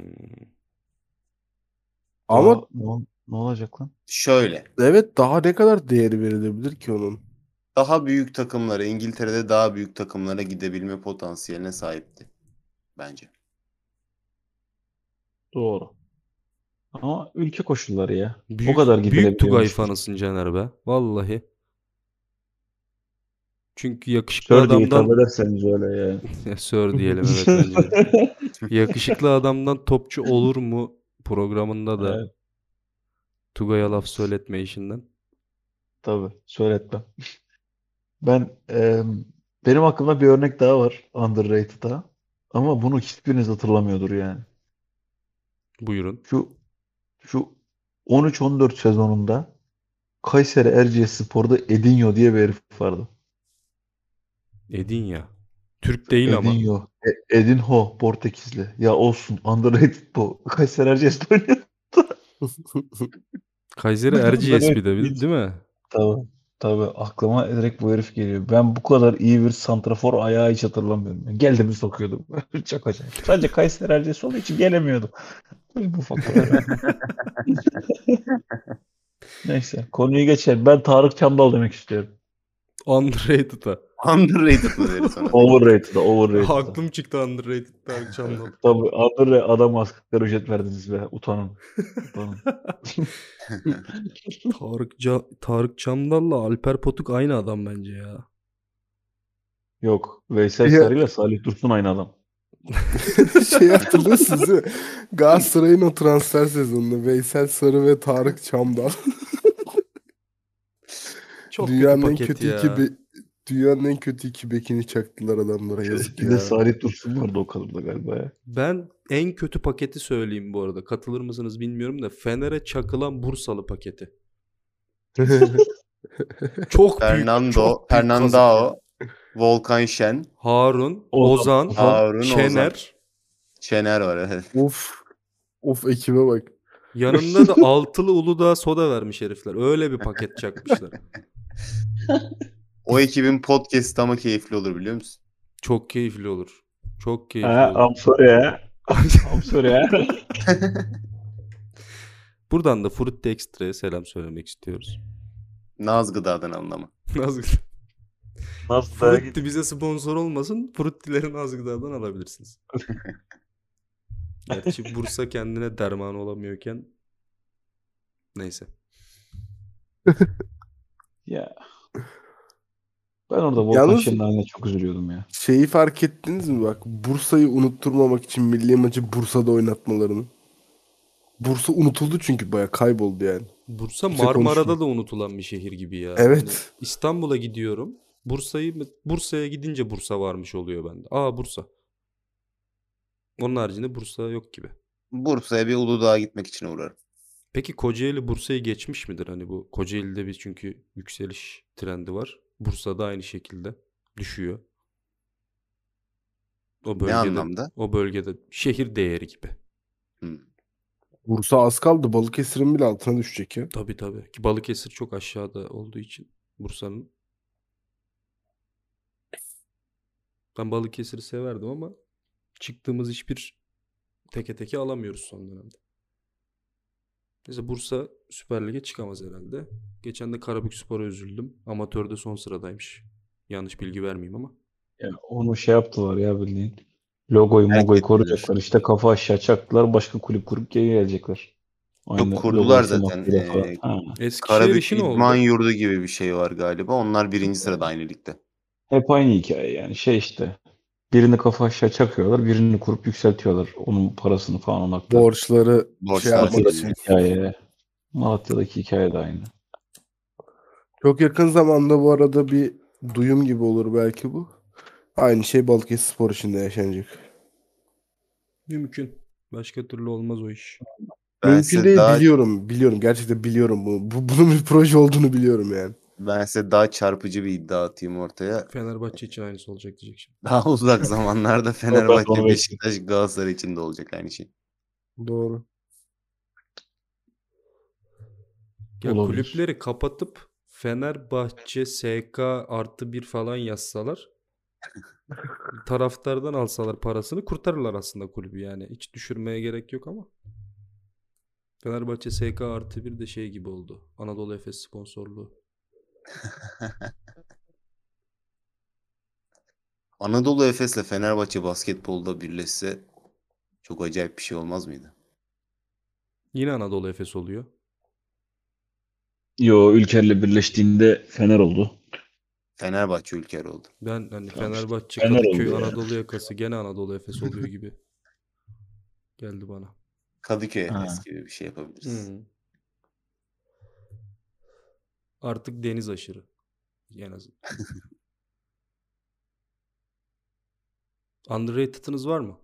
Ama
ne, ol- ne olacak lan?
Şöyle.
evet daha ne kadar değeri verilebilir ki onun?
Daha büyük takımlara, İngiltere'de daha büyük takımlara gidebilme potansiyeline sahipti. Bence.
Doğru. Ama ülke koşulları ya.
Büyük,
kadar
Büyük Tugay
gidilebiliyormuş.
fanısın Caner be. Vallahi. Çünkü yakışıklı
Şöyle diye hitap
adamdan
ederseniz öyle ya.
Sör diyelim evet bence. de. Yakışıklı adamdan topçu olur mu programında da
Evet,
Tugay'a laf söyletme işinden.
tabii. Söyletmem. Ben e, benim aklımda bir örnek daha var. Underrated'a. Ama bunu hiçbiriniz hatırlamıyordur yani.
Buyurun.
Şu şu 13-14 sezonunda Kayseri Erciyesspor'da Edinho diye bir herif vardı.
Edin ya. Türk değil ama.
Edinho. E- Edinho Portekizli. Ya olsun underrated bu. Kayseri Erciyes'te oynuyor.
Kayseri Erciyes bir de bil- değil mi?
Tabii. Tabii aklıma direkt bu herif geliyor. Ben bu kadar iyi bir santrafor ayağı hiç hatırlamıyorum. Yani geldi mi sokuyordum. Çok acayip. Sadece Kayseri Erciyes olduğu için gelemiyordum. Bu faktör. Neyse konuyu geçelim. Ben Tarık Çamdal demek istiyorum.
Underrated'a.
Underrated mı deriz ona?
Overrated'a, overrated'a.
Aklım çıktı Underrated'da akşamdan.
Tabii Andre adam asgari ücret verdiniz be. Utanın. Utanın.
Tarık, Ca- Tarık Çamdal'la Alper Potuk aynı adam bence ya.
Yok. Veysel
Ya.
Sarı ile Salih Dursun aynı adam.
şey hatırlıyorsunuz değil mi? Galatasaray'ın o transfer sezonunda Veysel Sarı ve Tarık Çamdal.
Çok
dünyanın en
kötü paket
kötü
ya.
iki be- dünyanın en kötü iki bekini çaktılar adamlara yazık
Bir de
ya.
Salih Dursun vardı o kadroda galiba ya.
Ben en kötü paketi söyleyeyim bu arada. Katılır mısınız bilmiyorum da Fener'e çakılan Bursalı paketi. Çok büyük, çok büyük
Fernando,
kazık ya.
Fernandao, Volkan Şen,
Harun,
Ozan,
Ozan,
Harun,
Şener.
Ozan. Şener var evet.
of. Of ekibe bak.
Yanında da altılı Uludağ soda vermiş herifler. Öyle bir paket çakmışlar.
O ekibin podcast'ı ama keyifli olur biliyor musun?
Çok keyifli olur. Çok keyifli olur.
Ha, I'm sorry ya. I'm sorry ya.
Buradan da Fruit Extra'ya selam söylemek istiyoruz.
Naz gıdadan anlama.
Nazgı.
Nasıl da
Frutti bize sponsor olmasın. Fruttileri Nazgı'dan alabilirsiniz. Gerçi Bursa kendine derman olamıyorken neyse.
Ya. Ben orada Volkan
Yalnız-
Şen'in haline çok üzülüyordum ya.
Şeyi fark ettiniz mi bak? Bursa'yı unutturmamak için milli maçı Bursa'da oynatmalarını. Bursa unutuldu çünkü baya kayboldu yani.
Bursa
Kimse
Marmara'da da
konuşmuyor.
unutulan bir şehir gibi ya. Hani
Evet.
İstanbul'a gidiyorum. Bursa'yı Bursa'ya gidince Bursa varmış oluyor bende. Aa Bursa. Onun haricinde Bursa yok gibi.
Bursa'ya bir Uludağ'a gitmek için uğrarım.
Peki Kocaeli Bursa'yı geçmiş midir? Hani bu Kocaeli'de bir çünkü yükseliş trendi var. Bursa'da aynı şekilde düşüyor. O
Ne
bölgede
anlamda?
o bölgede şehir değeri gibi.
Bursa az kaldı. Balıkesir'in bile altına düşecek ya.
Tabii tabii. Ki Balıkesir çok aşağıda olduğu için Bursa'nın. Ben Balıkesir'i severdim ama çıktığımız hiçbir teke teke alamıyoruz son dönemde. Neyse Bursa Süper Lig'e çıkamaz herhalde. Geçen de Karabük Spor'a üzüldüm. Amatörde son sıradaymış. Yanlış bilgi vermeyeyim ama.
Yani onu şey yaptılar ya bildiğin. Logoyu
Terk
mogoyu
ettiler.
koruyacaklar. İşte kafa aşağı çaktılar. Başka kulüp kurup geri gelecekler. Aynı
kurdular
logoyu
zaten,
sanatıyla
ee,
falan. Ha.
Eskişehir
Karabük
şey işi ne oldu?
İdman Yurdu gibi bir şey var galiba. Onlar birinci sırada aynı ligde.
Hep aynı hikaye yani. Şey işte. Birini kafa aşağı çakıyorlar. Birini kurup yükseltiyorlar. Onun parasını falan ona aktarıyorlar.
Borçları şey
Borçlar
yapmak
Malatya'daki
için.
hikaye. Malatya'daki hikaye de aynı.
Çok yakın zamanda bu arada bir duyum gibi olur belki bu. Aynı şey Balıkesir Spor için de yaşanacak.
Mümkün. Başka türlü olmaz o iş.
Ben
Mümkün
size
değil
daha
biliyorum. Biliyorum gerçekten biliyorum bunu. Bu, bunun bir proje olduğunu biliyorum yani.
ben size daha çarpıcı bir iddia atayım ortaya.
Fenerbahçe için aynısı olacak diyecek şimdi.
Daha uzak zamanlarda
onu
Fenerbahçe,
bekliyorum.
Beşiktaş, Galatasaray için de olacak aynı şey.
Doğru.
Ya
Olabilir.
kulüpleri kapatıp Fenerbahçe SK artı bir falan yazsalar taraftardan alsalar parasını kurtarırlar aslında kulübü yani. Hiç düşürmeye gerek yok ama. Fenerbahçe SK artı bir de şey gibi oldu. Anadolu Efes sponsorluğu.
Anadolu Efes'le Fenerbahçe basketbolda birleşse çok acayip bir şey olmaz mıydı?
Yine Anadolu Efes oluyor.
Yo Ülker'le birleştiğinde Fener oldu.
Fenerbahçe ülker oldu.
Ben hani
Tamam işte.
Fenerbahçe
Fener
Kadıköy
oldu yani.
Anadolu yakası gene Anadolu Efes oluyor gibi geldi bana.
Kadıköy
Ha.
Efes gibi bir şey yapabiliriz.
Hmm. Artık deniz aşırı. En azından. Underrated'ınız var mı?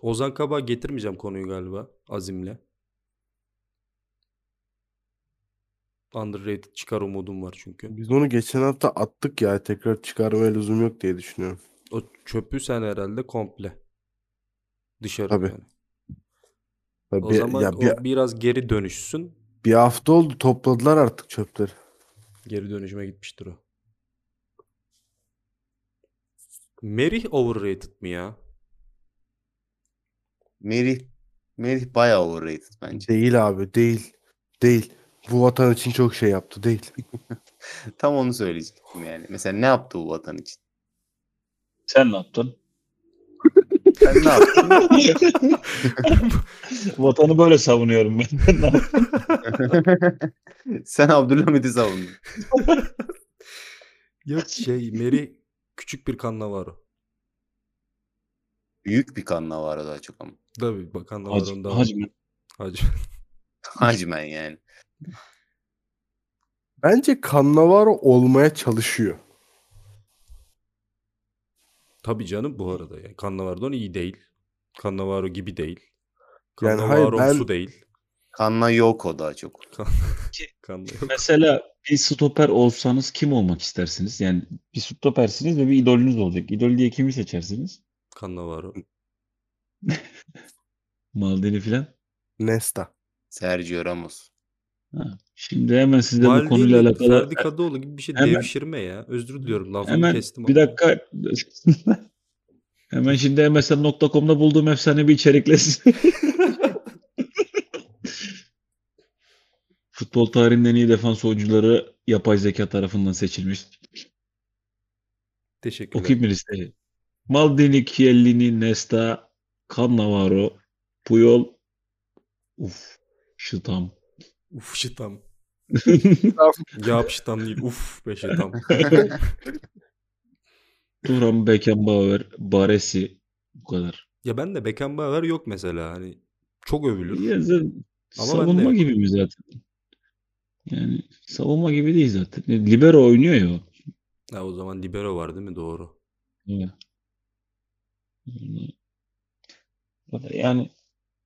Ozan Kabak getirmeyeceğim konuyu galiba azimle. Underrated çıkar umudum var çünkü.
Biz onu geçen hafta attık ya. Tekrar çıkarmaya lüzum yok diye düşünüyorum.
O çöpü sen herhalde komple. Dışarı
Tabii.
yani.
Ya
O
bir,
zaman
ya
o
bir,
biraz geri dönüşsün.
bir hafta oldu topladılar artık çöpleri.
Geri dönüşüme gitmiştir o. Merih overrated mi ya?
Merih, Merih bayağı overrated bence.
Değil abi değil. Değil. Bu vatan için çok şey yaptı değil.
Tam onu söyleyecektim yani. Mesela ne yaptı bu vatan için?
Sen ne yaptın?
Sen ne yaptın?
Vatanı böyle savunuyorum ben.
Sen Abdülhamid'i savundun.
Yok şey Merih küçük bir Cannavaro.
Büyük bir kanla var daha çok ama.
Tabii bak Cannavaro'nun
Hacı,
daha.
hacı mı?
Hacı.
Hacmen yani.
Bence Cannavaro olmaya çalışıyor.
Tabii canım bu arada. Yani Cannavaro'dan iyi değil. Cannavaro gibi değil.
Yani hayır,
Cannavaro'msu
ben-
değil.
Kanla yok o daha çok.
Cannavaro.
Mesela bir stoper olsanız kim olmak istersiniz? Yani bir stopersiniz ve bir idolünüz olacak. İdol diye kimi seçersiniz?
Cannavaro.
Maldini filan.
Nesta.
Sergio Ramos.
Ha. Şimdi hemen size bu
Maldini,
konuyla alakalı
Ferdi Kadıoğlu gibi bir şey
Hemen-
devşirme ya. Özür diliyorum lafını
Hemen
kestim.
bir
ama.
dakika hemen şimdi MSN.com'da bulduğum efsane bir içerikle size- Futbol tarihinin en iyi defans oyuncuları yapay zeka tarafından seçilmiş.
Teşekkürler.
Okuyayım mı listeyi? Maldini, Chiellini, Nesta, Cannavaro, Puyol, Uf, Şıtam.
Uf şey, şıtam. Yap şıtam şey değil. Uf be şey, şıtam.
Turan, Beckenbauer, Baresi. Bu kadar.
Ya ben de Beckenbauer yok mesela hani çok övülür.
Ya zaten
Ama ben
savunma
de-
gibi mi zaten? Yani savunma gibi değil zaten. E, Libero oynuyor ya. o.
Ha, o zaman libero var değil mi? Doğru.
Evet. Yani- Bu kadar. Yani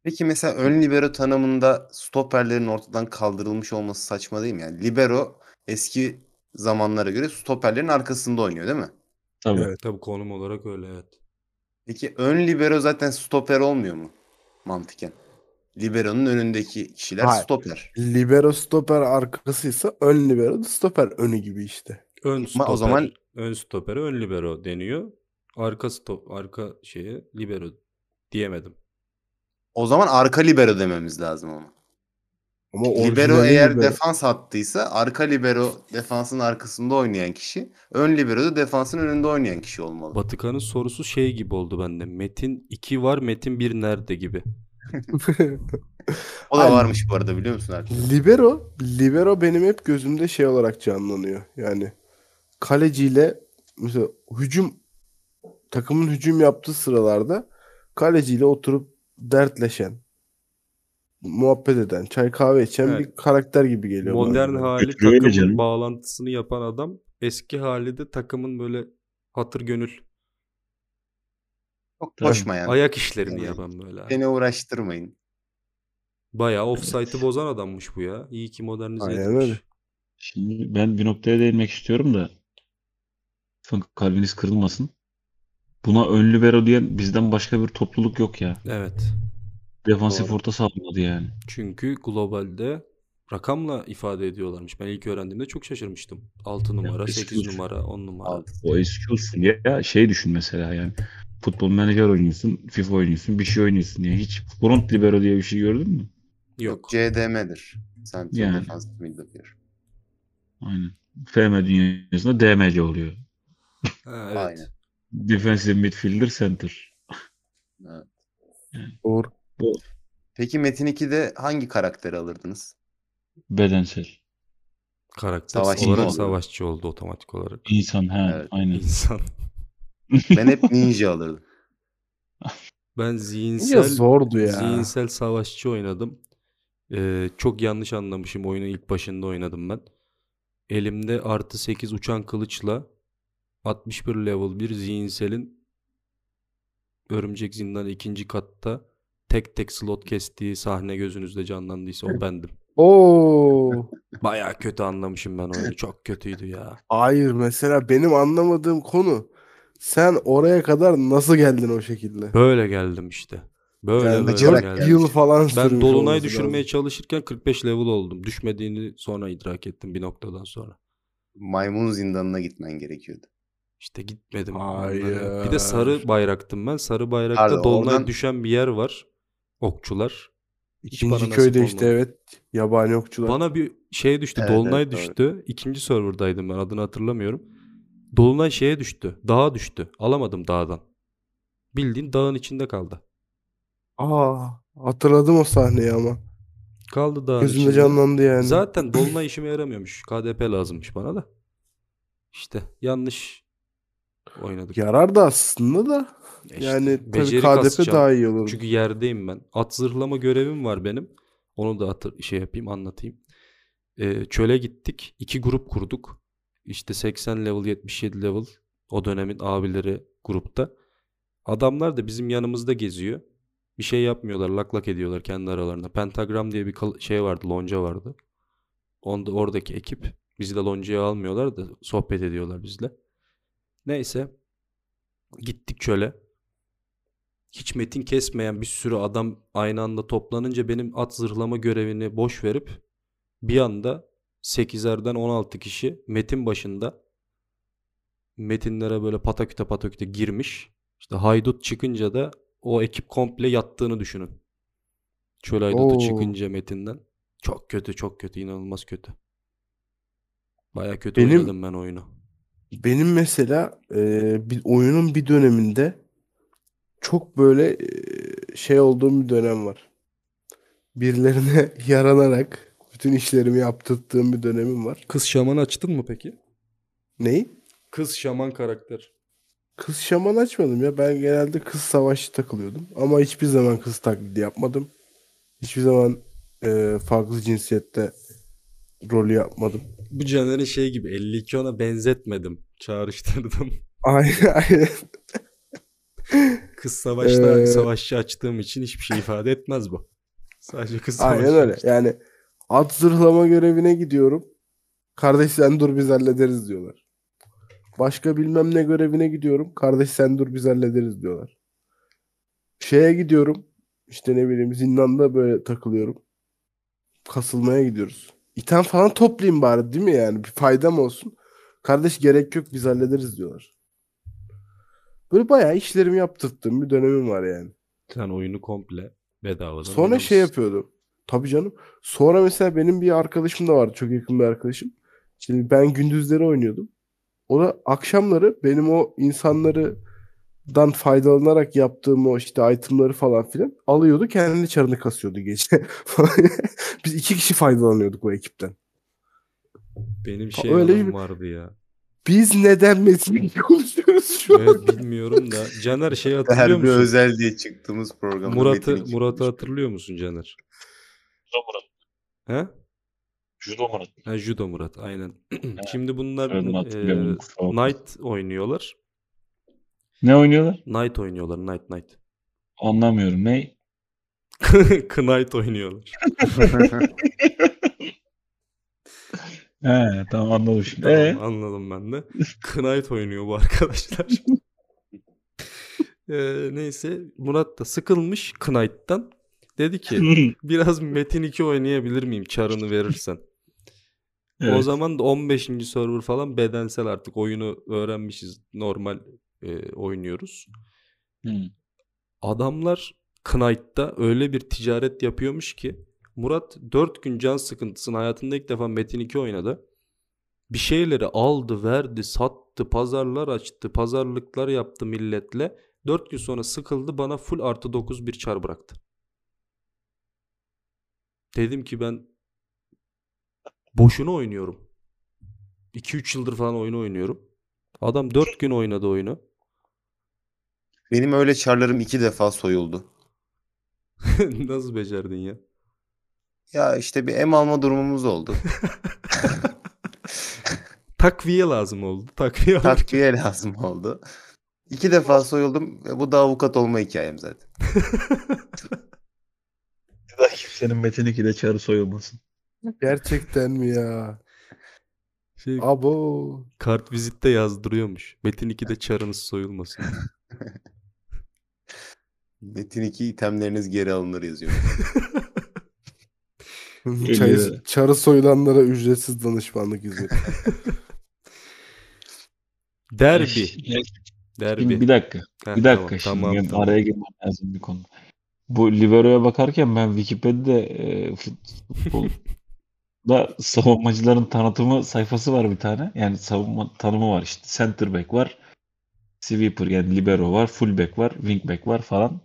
Peki mesela ön libero tanımında stoperlerin ortadan kaldırılmış olması saçma değil mi? Yani libero eski zamanlara göre stoperlerin arkasında oynuyor değil mi?
tabii.
Evet.
E, Tabii konum olarak öyle evet.
Peki ön libero zaten stoper olmuyor mu? Mantıken. Libero'nun önündeki kişiler
Hayır.
stoper.
Libero stoper arkasıysa ön libero da stoper önü gibi işte.
Ön
Ama
stoper,
o zaman-
ön stopere ön libero deniyor. Arka stop arka şeye libero diyemedim.
O zaman arka libero dememiz lazım ona.
Ama
Libero
orijinali
eğer
libero.
defans hattıysa arka libero defansın arkasında oynayan kişi, ön libero da defansın önünde oynayan kişi olmalı.
Batıkan'ın sorusu şey gibi oldu bende. Metin 2 var, Metin 1 nerede gibi.
O da
Aynen.
varmış bu arada biliyor musun Alp?
Libero, libero benim hep gözümde şey olarak canlanıyor. Yani kaleciyle mesela hücum takımın hücum yaptığı sıralarda kaleciyle oturup dertleşen, muhabbet eden, çay kahve içen
Evet.
bir karakter gibi geliyor bana.
Modern hali
Götürüyor öyle
takımın
canım.
bağlantısını yapan adam. Eski hali de takımın böyle hatır gönül
Çok
Tabii.
koşma yani.
ayak işlerini
Yani
yapan böyle. abi.
Beni uğraştırmayın.
Bayağı offside'ı bozan adammış bu ya. İyi ki modernize
Aynen
edilmiş.
öyle.
Şimdi ben bir noktaya değinmek istiyorum da lütfen kalbiniz kırılmasın. Buna ön libero diyen bizden başka bir topluluk yok ya.
Evet.
Defansif
Doğru.
orta saha olmadı yani.
Çünkü globalde rakamla ifade ediyorlarmış. Ben ilk öğrendiğimde çok şaşırmıştım. 6 numara,
eski
8
usul.
numara, 10 numara.
Altı.
O eski usul ya. ya şey düşün mesela yani. Futbol menajer oynuyorsun, FIFA oynuyorsun, bir şey oynuyorsun diye. Hiç front libero diye bir şey gördün mü?
Yok.
CDM'dir. Central
Yani.
Defensive Midfielder.
Aynen. FM dünyasında DMC oluyor.
Ha, evet.
Aynen.
Defensive midfielder center.
Doğru.
Peki Metin 2'de hangi karakteri alırdınız?
Bedensel.
Karakter
Savaşçı
olarak
oldu.
savaşçı oldu otomatik olarak.
İnsan ha
Evet.
aynen.
İnsan.
Ben hep ninja alırdım.
Ben
Ya
zihinsel
zordu ya.
Zihinsel savaşçı oynadım. Ee, çok yanlış anlamışım oyunu ilk başında oynadım ben. Elimde artı 8 uçan kılıçla 61 level 1 zihinselin örümcek zindanı ikinci katta tek tek slot kestiği sahne gözünüzde canlandıysa o bendim.
Oo.
Baya kötü anlamışım ben oyunu. Çok kötüydü ya.
Hayır mesela benim anlamadığım konu sen oraya kadar nasıl geldin o şekilde?
Böyle geldim işte. Böyle
Yani
böyle
bıçarak
geldim.
geldi.
Yıl falan sürmüş
Ben dolunay
olması
düşürmeye
lazım.
çalışırken 45 level oldum. Düşmediğini sonra idrak ettim bir noktadan sonra.
Maymun zindanına gitmen gerekiyordu.
İşte gitmedim.
Hayır.
onlara. Bir de sarı bayraktım ben. Sarı bayrakta
Pardon,
dolunay
oradan-
düşen bir yer var. Okçular. Hiç bana
İkinci
nasip
köyde işte
olmadı.
evet yabani okçular.
Bana bir şey düştü.
Evet,
dolunay
evet,
düştü. İkinci serverdaydım ben. Adını hatırlamıyorum. Dolunay şeye düştü. Dağa düştü. Alamadım dağdan. Bildiğin dağın içinde kaldı.
Aa hatırladım o sahneyi ama.
Kaldı dağın
Gözümde
içinde.
canlandı yani.
Zaten dolunay işime yaramıyormuş. KDP lazımmış bana da. İşte yanlış oynadık.
Yarar da aslında da.
İşte
yani tabii
E beceri
KDP
kasacağım.
daha iyi olur.
Çünkü yerdeyim ben. At zırhlama görevim var benim. Onu da hatır, şey yapayım anlatayım. Ee, çöle gittik. iki grup kurduk. İşte 80 level 77 level o dönemin abileri grupta. Adamlar da bizim yanımızda geziyor. Bir şey yapmıyorlar. Lak lak ediyorlar kendi aralarında. Pentagram diye bir kal- şey vardı. Lonca vardı. Onda oradaki ekip bizi de loncaya almıyorlar da sohbet ediyorlar bizle. Neyse gittik çöle hiç metin kesmeyen bir sürü adam aynı anda toplanınca benim at zırhlama görevini boş verip bir anda 8'erden 16 kişi metin başında metinlere böyle pataküte pataküte girmiş. İşte haydut çıkınca da o ekip komple yattığını düşünün. Çöl haydutu
Oo.
çıkınca metinden. Çok kötü çok kötü inanılmaz kötü. Baya kötü
Benim-
oynadım ben oyunu.
Benim mesela e, bir oyunun bir döneminde çok böyle e, şey olduğum bir dönem var. Birilerine yaranarak bütün işlerimi yaptırdığım bir dönemim var.
Kız şamanı açtın mı peki?
Neyi?
Kız şaman karakter.
Kız şaman açmadım ya. Ben genelde kız savaşçı takılıyordum. Ama hiçbir zaman kız taklidi yapmadım. Hiçbir zaman e, farklı cinsiyette rolü yapmadım.
Bu Caner'in şey gibi 52 ona benzetmedim. Çağrıştırdım.
Aynen aynen.
Kız savaşta
Ee,
savaşçı açtığım için hiçbir şey ifade etmez bu. Sadece kız savaşçı.
Aynen öyle.
açtım.
Yani at zırhlama görevine gidiyorum. Kardeş sen dur biz hallederiz diyorlar. Başka bilmem ne görevine gidiyorum. Kardeş sen dur biz hallederiz diyorlar. Şeye gidiyorum. İşte ne bileyim zindanda böyle takılıyorum. Kasılmaya gidiyoruz. İten falan toplayayım bari değil mi yani? Bir faydam olsun. Kardeş gerek yok biz hallederiz diyorlar. Böyle bayağı işlerimi yaptırttığım bir dönemim var yani.
Sen oyunu komple bedavadan
Sonra şey
oynamışsın.
yapıyordum. Tabii canım. Sonra mesela benim bir arkadaşım da vardı. Çok yakın bir arkadaşım. Şimdi ben gündüzleri oynuyordum. O da akşamları benim o insanları dan faydalanarak yaptığım o işte itemları falan filan alıyordu. Kendi çarını kasıyordu gece. Biz iki kişi faydalanıyorduk o ekipten.
Benim
Ha,
şey
öyle
anım
bir-
vardı ya.
Biz neden Metin'i konuşuyoruz şu an?
Evet, bilmiyorum da. Caner şey
Her bir
hatırlıyor musun?
özel diye çıktığımız programda.
Murat'ı
Metin için
Murat'ı
konuştuk.
hatırlıyor musun Caner?
Judo Murat.
He?
Judo Murat.
Ha, Judo Murat aynen. Şimdi bunlar
Evet, Murat, biliyorum, kusura
e,
bakma.
Knight oynuyorlar.
Ne oynuyorlar?
Knight oynuyorlar. Knight Knight.
Anlamıyorum. Ne?
Knight oynuyorlar.
He, tamam anladım şimdi.
Tamam,
Ee,
anladım ben de. Knight oynuyor bu arkadaşlar. Ee, neyse Murat da sıkılmış Knight'tan. Dedi
Ee?
ki biraz Metin 2 oynayabilir miyim çarını verirsen. O
Evet.
zaman da 15. server falan bedensel artık oyunu öğrenmişiz. Normal e, oynuyoruz.
Hı.
Adamlar Knight'ta öyle bir ticaret yapıyormuş ki Murat 4 gün can sıkıntısını hayatında ilk defa Metin 2 oynadı. Bir şeyleri aldı, verdi, sattı, pazarlar açtı, pazarlıklar yaptı milletle. 4 gün sonra sıkıldı bana full artı 9 bir çar bıraktı. Dedim ki ben boşuna oynuyorum. 2-3 yıldır falan oyunu oynuyorum. Adam 4 gün oynadı oyunu.
Benim öyle çarlarım iki defa soyuldu.
Nasıl becerdin ya?
Ya işte bir em alma durumumuz oldu.
Takviye lazım oldu. Takviye alırken-
Takviye lazım oldu. İki defa soyuldum. ve Bu da avukat olma hikayem zaten.
Bir daha kimsenin Metin 2'de çağrı soyulmasın.
Gerçekten mi ya?
Şey,
Abo.
kart vizitte yazdırıyormuş. Metin 2'de çarınız soyulmasın.
Metin 2 itemleriniz geri alınır yazıyor.
Çayı, çarı soyulanlara ücretsiz danışmanlık hizmeti.
Derbi.
Şimdi
Derbi.
bir dakika.
Heh,
Bir
tamam,
dakika şimdi
Tamam,
benim
tamam.
araya girmem lazım bir konu. Bu Libero'ya bakarken ben Wikipedia'da e, fut- futbolda savunmacıların tanıtımı sayfası var bir tane. Yani savunma tanımı var işte. Center back var. Sweeper yani Libero var. Full back var. Wing back var falan.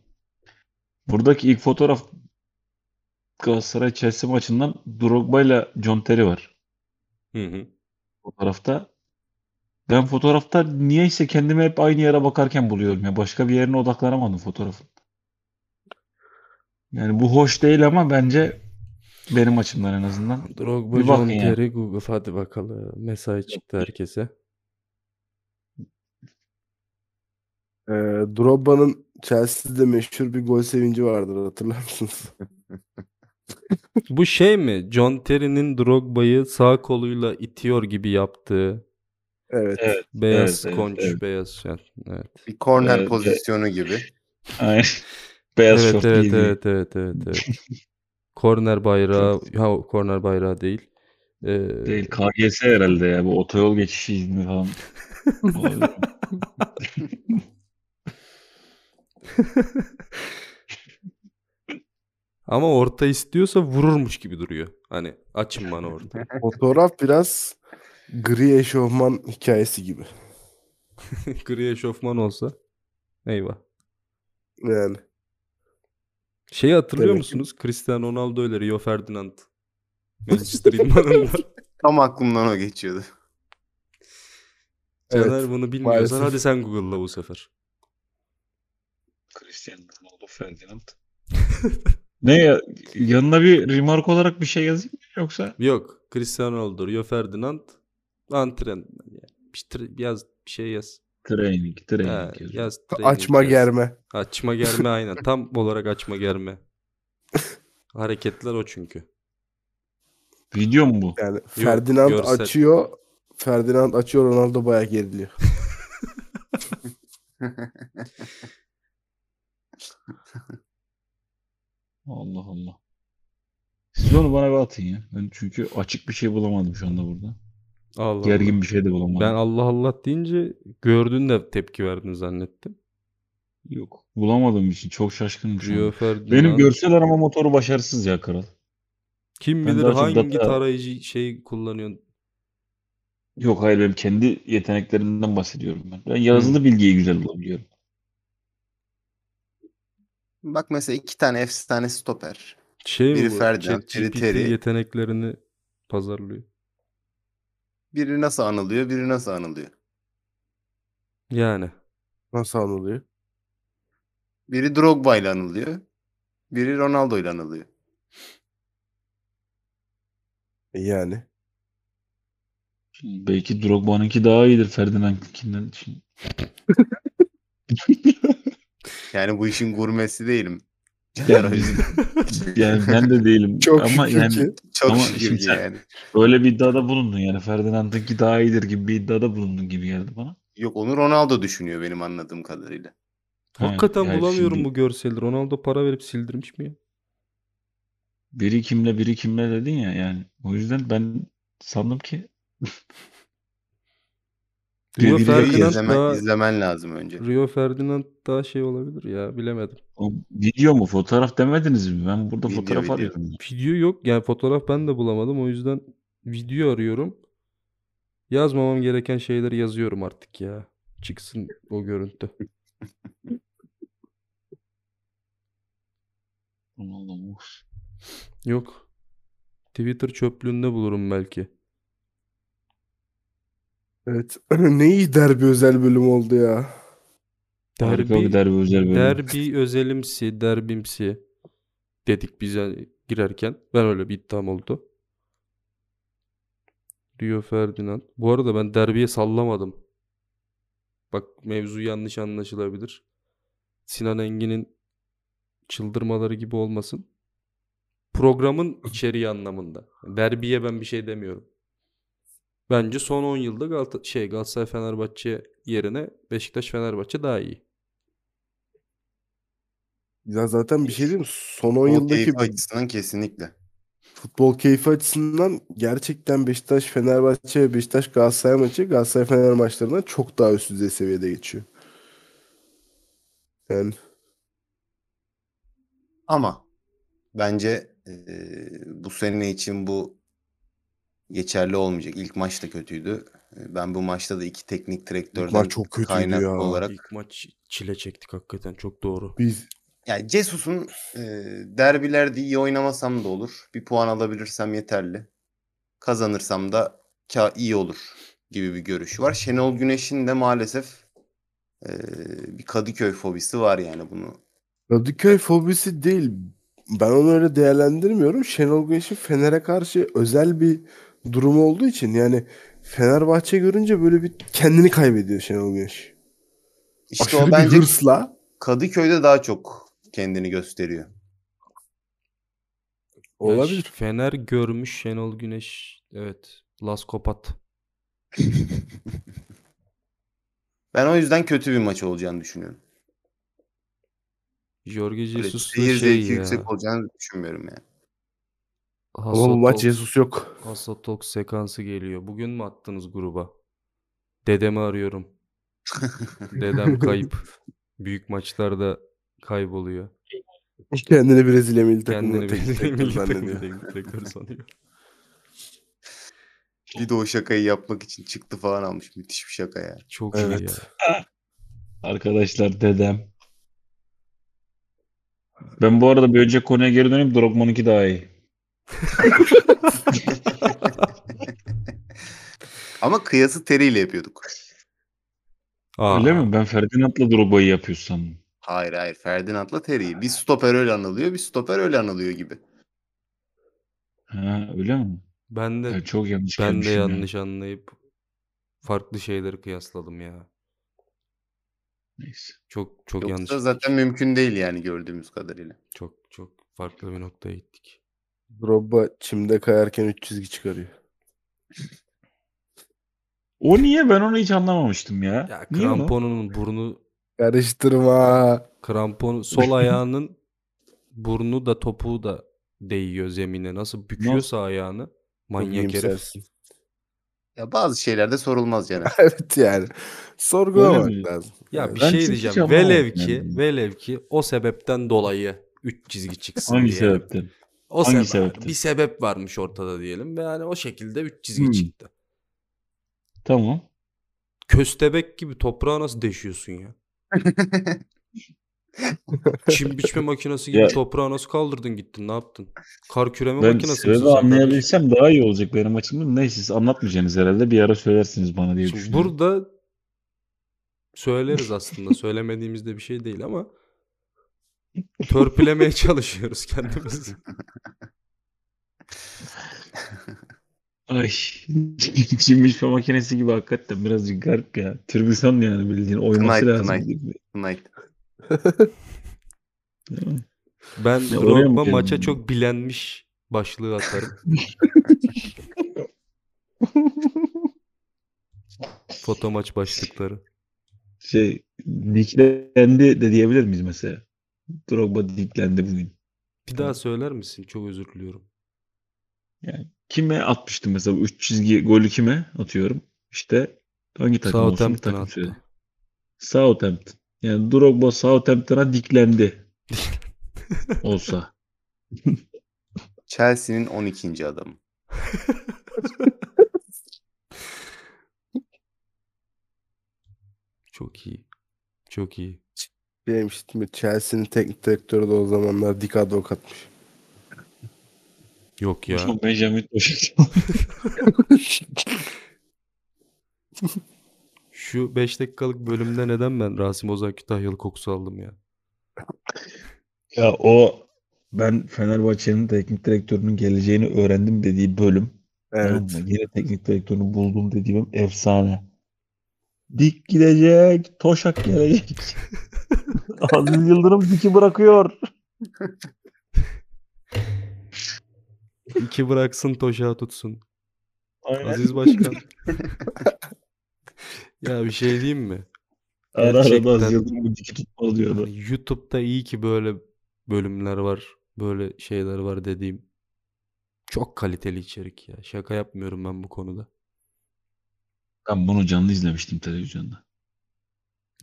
Buradaki ilk fotoğraf Galatasaray Chelsea maçından Drogba ile John Terry var
Hı hı.
fotoğrafta. Ben fotoğrafta niyeyse kendimi hep aynı yere bakarken buluyorum ya. Başka bir yerine odaklanamadım fotoğrafın. Yani bu hoş değil ama bence benim açımdan en azından.
Drogba,
Bir bakın
John
ya.
Terry, Google. Hadi bakalım. Mesai çıktı herkese.
Ee, Drogba'nın Chelsea'de meşhur bir gol sevinci vardır hatırlar mısınız?
Bu şey mi? John Terry'nin Drogba'yı sağ koluyla itiyor gibi yaptığı
Evet.
Evet.
beyaz
evet,
konç,
evet.
beyaz yani. Evet.
Bir corner
Evet,
pozisyonu gibi.
Aynen. Beyaz
evet,
şort
evet,
giydi.
evet, evet, evet, evet. Korner bayrağı, ha korner bayrağı değil. Ee,
Değil KGS herhalde ya. Bu otoyol geçişi izni falan. Olabilir.
Ama orta istiyorsa vururmuş gibi duruyor. Hani açın bana orta.
Fotoğraf biraz gri eşofman hikayesi gibi.
Gri eşofman olsa. Eyvah.
Yani.
Şeyi hatırlıyor
Demek ki-
musunuz? Cristiano Ronaldo ile Rio Ferdinand. Manchester İdman'ın da.
Tam aklımdan o geçiyordu.
Caner
Evet.
bunu bilmiyorsan
maalesef.
hadi sen Google'la bu sefer.
Cristiano Ronaldo Ferdinand. ne ya? Yanına bir remark olarak bir şey yazayım mı yoksa?
Yok. Cristiano Ronaldo, Rio Ferdinand. Antren. Bir, tr- yaz, bir şey yaz.
Training,
Ha,
training. yazıyorum.
yaz training
Açma
yaz.
germe.
Açma germe aynen. Tam olarak açma germe. Hareketler o çünkü.
Video mu bu?
Yani Ferdinand
görsel.
açıyor. Ferdinand açıyor Ronaldo bayağı geriliyor.
Allah Allah. Siz onu bana bir atın ya. Ben çünkü açık bir şey bulamadım şu anda burada.
Allah Allah.
Gergin bir şey de bulamadım.
Ben Allah Allah deyince gördün de tepki verdin zannettim.
Yok. Bulamadığım için çok şaşkınım şu
Rio
anda.
Ferdinand.
Benim görsel arama motoru başarısız ya kral.
Kim
Ben
bilir
daha çok
hangi
data-
tarayıcı şey kullanıyorsun.
Yok hayır benim kendi yeteneklerimden bahsediyorum ben. Ben yazılı bilgiyi güzel bulabiliyorum.
Bak mesela iki tane efsane stoper.
Şey mi
Biri
bu?
Ferdinand,
ChatGPT
biri Terry.
yeteneklerini pazarlıyor.
Biri nasıl anılıyor, biri nasıl anılıyor.
Yani.
Nasıl anılıyor?
Biri Drogba ile anılıyor. Biri Ronaldo ile anılıyor.
E yani.
Şimdi belki Drogba'nınki daha iyidir Ferdinand'inkinden. Şimdi
Yani bu işin gurmesi değilim.
Yani biz- yani ben de değilim
Çok
ama
şükür
yani
ki.
Çok
Ama
şükür
şimdi
ki
sen-
yani.
öyle bir iddiada bulundun yani Ferdinand'ınki daha iyidir gibi bir iddiada bulundun gibi geldi bana.
Yok onu Ronaldo düşünüyor benim anladığım kadarıyla.
Ha,
Hakikaten
yani
bulamıyorum
şimdi
bu görseli. Ronaldo para verip sildirmiş mi ya?
Biri kimle biri kimle dedin ya yani. O yüzden ben sandım ki
Rio
Biri-
Videoyu
Ferdinand
izlemen,
daha
izlemen lazım önce.
Rio Ferdinand daha şey olabilir ya bilemedim.
o video mu fotoğraf demediniz mi? Ben burada
Video,
fotoğraf
video.
arıyorum.
Video yok. Yani fotoğraf ben de bulamadım. O yüzden video arıyorum. Yazmamam gereken şeyleri yazıyorum artık ya. Çıksın o görüntü.
Ronaldo mu?
Yok. Twitter çöplüğünde bulurum belki.
Evet. ne iyi derbi özel bölüm oldu ya.
Harika bir derbi özel bölümü.
Derbi özelimsi, derbimsi dedik biz yani girerken. Ben öyle bir iddiam oldu. Rio Ferdinand. Bu arada ben derbiye sallamadım. Bak mevzu yanlış anlaşılabilir. Sinan Engin'in çıldırmaları gibi olmasın. Programın içeriği anlamında. Derbiye ben bir şey demiyorum. Bence son 10 yılda Galata- şey Galatasaray Fenerbahçe yerine Beşiktaş Fenerbahçe daha iyi.
Ya zaten bir şey diyeyim mi? Son 10
O
yıldaki
keyif açısından kesinlikle.
futbol keyfi açısından gerçekten Beşiktaş Fenerbahçe ve Beşiktaş Galatasaray maçı Galatasaray Fener maçlarından çok daha üst düzey seviyede geçiyor. Yani
Ama bence eee, bu sene için bu geçerli olmayacak. İlk maç da kötüydü. Ben bu maçta da iki teknik direktörden
maç çok kötüydü
kaynaklı
ya.
olarak
İlk maç çile çektik hakikaten çok doğru.
biz
Yani Jesus'un e, derbilerde iyi oynamasam da olur. Bir puan alabilirsem yeterli. Kazanırsam da ka iyi olur gibi bir görüşü var. Şenol Güneş'in de maalesef e, bir Kadıköy fobisi var yani bunu.
Kadıköy fobisi değil. Ben onu öyle değerlendirmiyorum. Şenol Güneş'in Fener'e karşı özel bir durumu olduğu için yani Fenerbahçe görünce böyle bir kendini kaybediyor Şenol Güneş.
İşte
Aşırı
o
bir
bence
hırsla
Kadıköy'de daha çok kendini gösteriyor.
olabilir.
Ya Fener görmüş Şenol Güneş. Evet. Las Kopat.
Ben o yüzden kötü bir maç olacağını düşünüyorum.
Jorge
Böyle
Jesus
seyir
şey
zevki
ya.
yüksek olacağını düşünmüyorum yani.
Ama bu maç
Hasotok-
Jesus yok.
Hasotok sekansı geliyor. Bugün mü attınız gruba? Dedemi arıyorum. Dedem kayıp. Büyük maçlarda kayboluyor.
Kendini Brezilya milli takımına
Kendini
teknik
bir
direktör
milli takım
zannediyor.
teknik direktörü sanıyor.
Bir de o şakayı yapmak için çıktı falan almış. Müthiş bir şaka ya.
Çok iyi ya.
Evet.
Arkadaşlar dedem. Ben bu arada bir önceki konuya geri döneyim. Drogba'nınki daha iyi.
Ama kıyası teriyle yapıyorduk.
Aa,
Öyle mi? Ben Ferdinand'la Drogba'yı yapıyorsun sandım.
Hayır hayır Ferdinand'la Terry'i. Bir stoper öyle anılıyor bir stoper öyle anılıyor gibi.
Ha, öyle mi?
Ben de
Ben çok yanlış
ben de
görmüşüm ya.
yanlış anlayıp farklı şeyleri kıyasladım ya.
Neyse.
Çok çok
Yoksa
yanlış.
zaten mümkün değil yani gördüğümüz kadarıyla.
Çok çok farklı bir noktaya gittik.
Drogba çimde kayarken 3 çizgi çıkarıyor.
O niye? Ben onu hiç anlamamıştım ya.
Ya
niye onu?
kramponunun burnu
Karıştırma.
krampon sol ayağının burnu da topuğu da değiyor zemine. Nasıl büküyorsa ayağını manyak herif.
İyimsersin.
Ya bazı şeylerde sorulmaz yani.
Evet yani. Sorgulamak
Öyle mi?
lazım.
Ya bir
Ben
şey
hiç- hiç
diyeceğim.
anlamadım
Velev ki
yani.
velev ki o sebepten dolayı 3 çizgi çıksın
Hangi
diye.
sebepten?
O
Hangi
sebe-
sebepten?
bir sebep varmış ortada diyelim ve yani o şekilde 3 çizgi
Hmm.
çıktı.
Tamam.
Köstebek gibi toprağa nasıl deşiyorsun ya? Çim biçme makinesi gibi
Ya-
toprağa nasıl kaldırdın gittin ne yaptın? Kar küreme
Ben
makinesi
sebebi
misin sen kardeşim?
anlayabilsem daha iyi olacak benim açımdan. Neyse siz anlatmayacaksınız herhalde. Bir ara söylersiniz bana diye
Şimdi
düşünüyorum.
burada söyleriz aslında. Söylemediğimiz de bir şey değil ama törpülemeye çalışıyoruz kendimizi.
Ay. Çinmiş fön makinesi gibi hakikaten birazcık garip ya. Türbüsan yani bildiğin oyması
Knight,
lazım.
knight.
gibi.
Knight.
Değil mi?
Ben
Ya oraya mı
Drogba maça
gelin?
çok bilenmiş başlığı atarım. Foto maç başlıkları.
Şey diklendi de diyebilir miyiz mesela? Drogba diklendi bugün.
Bir daha söyler misin? Çok özür diliyorum.
Kime atmıştım mesela? bu Üç çizgi golü kime atıyorum? İşte hangi takım olsun? bir
Southampton
takım şey.
attı.
söyle. Southampton. Yani Drogba Southampton'a diklendi. Olsa.
Chelsea'nin 12. adamı.
Çok iyi. Çok iyi.
James mi? Chelsea'nin teknik direktörü de o zamanlar dik advokatmış.
Yok ya.
Benjamin Toşak.
Şu 5 dakikalık bölümde neden ben Rasim Ozan Kütahyalı kokusu aldım ya?
Ya o ben Fenerbahçe'nin teknik direktörünün geleceğini öğrendim dediği bölüm.
Evet.
Tamam mı? Yine teknik direktörünü buldum dediğim efsane. Dik gidecek, Toşak gelecek. Aziz Yıldırım diki bırakıyor.
İki bıraksın toşağı tutsun.
Aynen.
Aziz Başkan. ya bir şey diyeyim mi?
Ara ara da
gerçekten-
Aziz Yıldırım bu diki tutmaz diyordu.
Hani YouTube'da iyi ki böyle bölümler var. Böyle şeyler var dediğim. Çok kaliteli içerik ya. Şaka yapmıyorum ben bu konuda.
Ben bunu canlı izlemiştim televizyonda.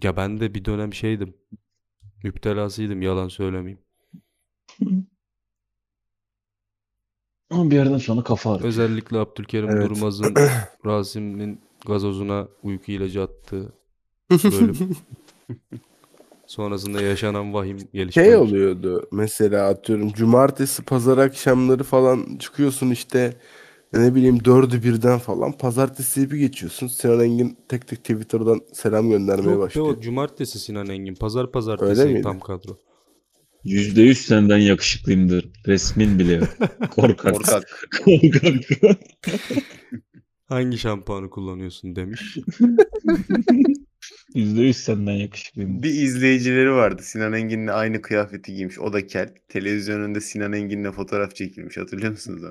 Ya ben de bir dönem şeydim. Müptelasıydım yalan söylemeyeyim.
Ama bir yerden sonra kafa ağrıyor.
Özellikle Abdülkerim
Evet.
Durmaz'ın Rasim'in gazozuna uyku ilacı attığı bölüm. Sonrasında yaşanan vahim gelişmeler.
Şey oluyordu mesela atıyorum cumartesi pazar akşamları falan çıkıyorsun işte ne bileyim dördü birden falan pazartesi bir geçiyorsun Sinan Engin tek tek Twitter'dan selam göndermeye
Yok be
başlıyor.
o cumartesi Sinan Engin. Pazar pazartesi
Öyle miydi?
tam kadro.
Yüzde yüz senden yakışıklıyımdır. Resmin bile yok. Korkak.
Korkak.
Korkak.
Hangi şampuanı kullanıyorsun demiş.
Yüzde yüz senden yakışıklıyım.
Bir izleyicileri vardı. Sinan Engin'le aynı kıyafeti giymiş. O da kel. Televizyon önünde Sinan Engin'le fotoğraf çekilmiş. Hatırlıyor musunuz onu?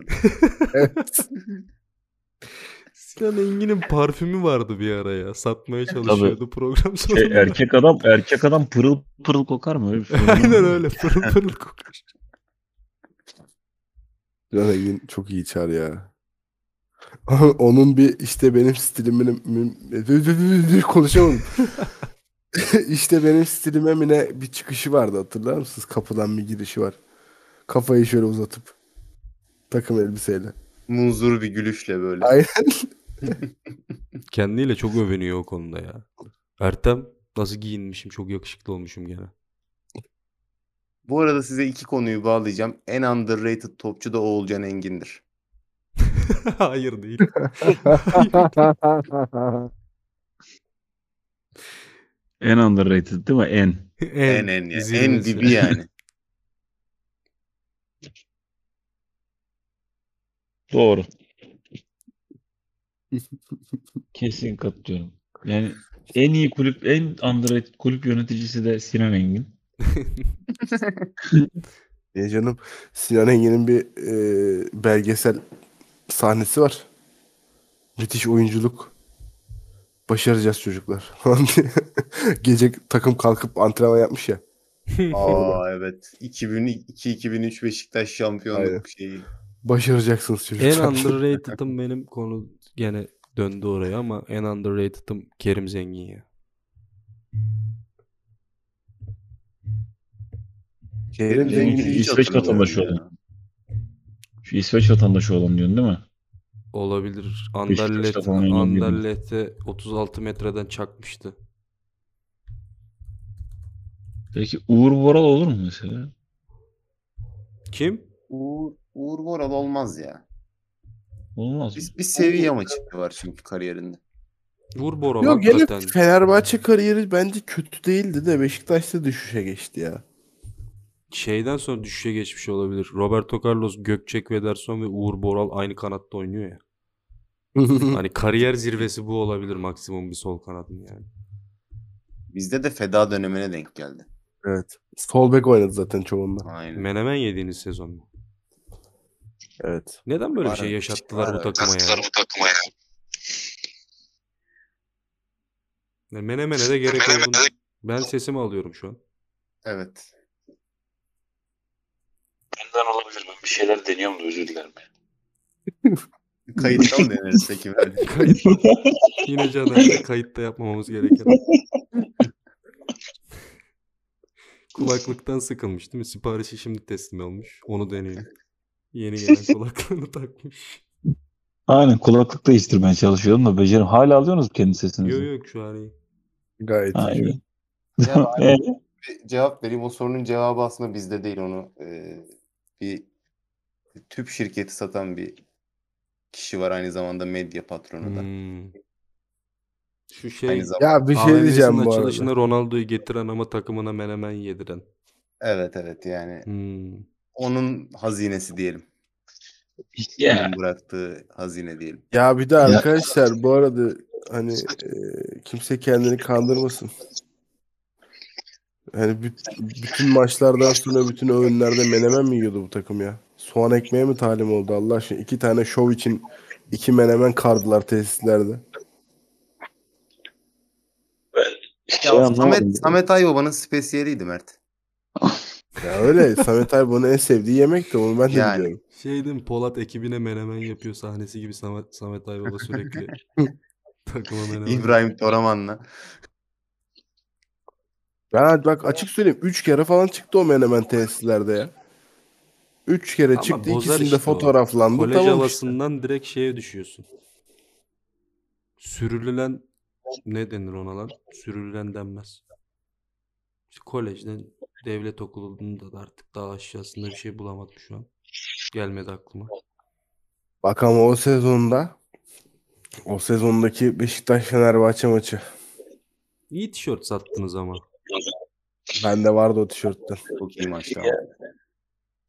Sinan Engin'in parfümü vardı bir ara ya. Satmaya çalışıyordu program sonunda.
Şey, erkek adam erkek adam pırıl pırıl kokar mı? Öyle bir şey sorun var mı?
Aynen öyle pırıl pırıl kokar.
Sinan Engin çok iyi çar ya. Onun bir işte benim stilimin konuşamadım. işte benim stilime mi ne bir çıkışı vardı hatırlar mısınız? Kapıdan bir girişi var. Kafayı şöyle uzatıp takım elbiseyle.
Munzur bir gülüşle böyle.
Aynen.
Kendiyle çok övünüyor o konuda ya. Ertem nasıl giyinmişim çok yakışıklı olmuşum gene.
Bu arada size iki konuyu bağlayacağım. En underrated topçu da Oğulcan Engin'dir.
Hayır değil.
En underrated değil mi? En.
En en ya. En
zirvesi.
dibi yani.
Doğru. Kesin katılıyorum. Yani en iyi kulüp, en underrated kulüp yöneticisi de Sinan Engin.
Ya E canım Sinan Engin'in bir e, belgesel sahnesi var. Müthiş oyunculuk. Başaracağız çocuklar. falan diye. Gece takım kalkıp antrenman yapmış ya.
Aa evet. 2002-2003 Beşiktaş şampiyonluk
Aynen.
şeyi.
Başaracaksınız
en
çocuklar.
underrated'ım benim konu gene döndü oraya ama en underrated'ım Kerim Zengin ya.
Kerim
Benim
Zengin
hiç
İsveç
hatırlamıyorum
vatandaşı
ya.
oldu. Şu İsveç vatandaşı olan diyorsun değil mi?
Olabilir.
Beşiktaş'ta
Anderlet,
falan oynayan bir adam.
Anderlet'e 36 metreden çakmıştı.
Peki Uğur Boral olur mu mesela?
Kim?
Uğur, Uğur Boral olmaz ya.
Olmaz mı?
Biz bir seviye maçı var çünkü kariyerinde.
Uğur Boral
Yok gene
hakikaten.
Fenerbahçe kariyeri bence kötü değildi de Beşiktaş'ta düşüşe geçti ya.
Şeyden sonra düşüşe geçmiş olabilir. Roberto Carlos, Gökçek ve Ederson ve Uğur Boral aynı kanatta oynuyor ya. Hani kariyer zirvesi bu olabilir maksimum bir sol kanadın yani.
Bizde de feda dönemine denk geldi.
evet. Sol bek oynadı zaten çoğunda.
Aynen.
Menemen yediğiniz sezon mu?
Evet.
Neden böyle bir
Var
şey
evet.
yaşattılar
Var
bu
evet.
takıma ya? Yani Menemen'e de gerek olduğunu... Ben sesimi alıyorum şu an.
Evet.
Benden olabilir. Ben bir şeyler deniyorum da özür dilerim.
Kayıttan deneriz peki böyle.
Kayıt. Yine Caner'le kayıtta yapmamamız gereken. Kulaklıktan sıkılmış değil mi? Siparişi şimdi teslim almış. Onu deneyelim. Yeni gelen kulaklığını takmış.
Aynen kulaklık değiştirmeye çalışıyorum da becerim. Hala alıyorsunuz mu kendi sesinizi?
Yok yok şu an iyi.
Gayet
Ha,
iyi.
iyi.
Ya,
E,
bir cevap vereyim. O sorunun cevabı aslında bizde değil onu. e, bir tüp şirketi satan bir kişi var aynı zamanda medya patronu da.
Hmm. Şu şey
Aynı zamanda.
Ya bir şey
AVM'sinin
diyeceğim bu
açılışına
arada.
Ronaldo'yu getiren ama takımına menemen yediren.
Evet evet yani
Hmm.
onun hazinesi diyelim.
ya,
Onun bıraktığı hazine diyelim.
Ya bir de arkadaşlar bu arada hani e, kimse kendini kandırmasın. Hani büt- bütün maçlardan sonra bütün öğünlerde menemen mi yiyordu bu takım ya? Soğan ekmeğe mi talim oldu Allah aşkına? İki tane şov için iki menemen kardılar tesislerde.
Ya,
şey anlamadım
Samet,
ya.
Samet Aybaba'nın spesiyeliydi Mert.
Ya öyle Samet Aybaba'nın en sevdiği yemek de onu ben de
Yani.
biliyorum.
Şey değil mi? Polat ekibine menemen yapıyor sahnesi gibi Samet, Samet Aybaba sürekli takıma menemen.
İbrahim Toraman'la.
Ben bak açık söyleyeyim 3 kere falan çıktı o menemen tesislerde ya. 3 kere
Ama
çıktı
bozar
ikisinde
işte o.
fotoğraflandı
Kolej
tamam işte.
havasından direkt şeye düşüyorsun. Sürülülen ne denir ona lan? Sürülülen denmez. İşte Kolejden devlet okulunda da artık daha aşağısında bir şey bulamadım şu an. Gelmedi aklıma.
Bak ama o sezonda o sezondaki Beşiktaş Fenerbahçe maçı.
İyi tişört sattınız ama.
Bende vardı o tişörtten.
Çok iyi maçtı.
Ya,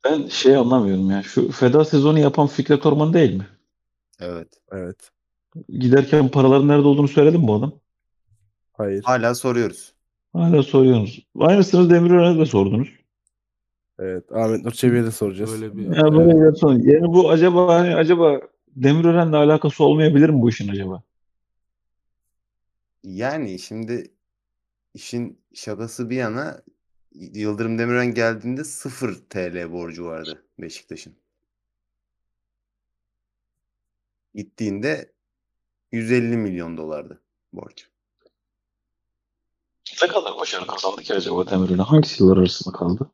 ben şey anlamıyorum ya. Şu feda sezonu yapan Fikret Orman değil mi?
Evet.
Evet.
Giderken paraların nerede olduğunu söyledim bu adam.
Hayır.
Hala soruyoruz.
Hala soruyorsunuz. Aynısını Demirören'e de sordunuz.
Evet. Ahmet Nur Çebi'ye de soracağız.
Böyle bir-
Ya böyle bir son. Yani bu acaba hani acaba Demirören'le alakası olmayabilir mi bu işin acaba?
Yani şimdi işin şakası bir yana Yıldırım Demirören geldiğinde 0 TL borcu vardı Beşiktaş'ın. Gittiğinde 150 milyon dolardı borcu.
Ne kadar başarı kazandı ki acaba Demirören? Hangi yıllar arasında kaldı?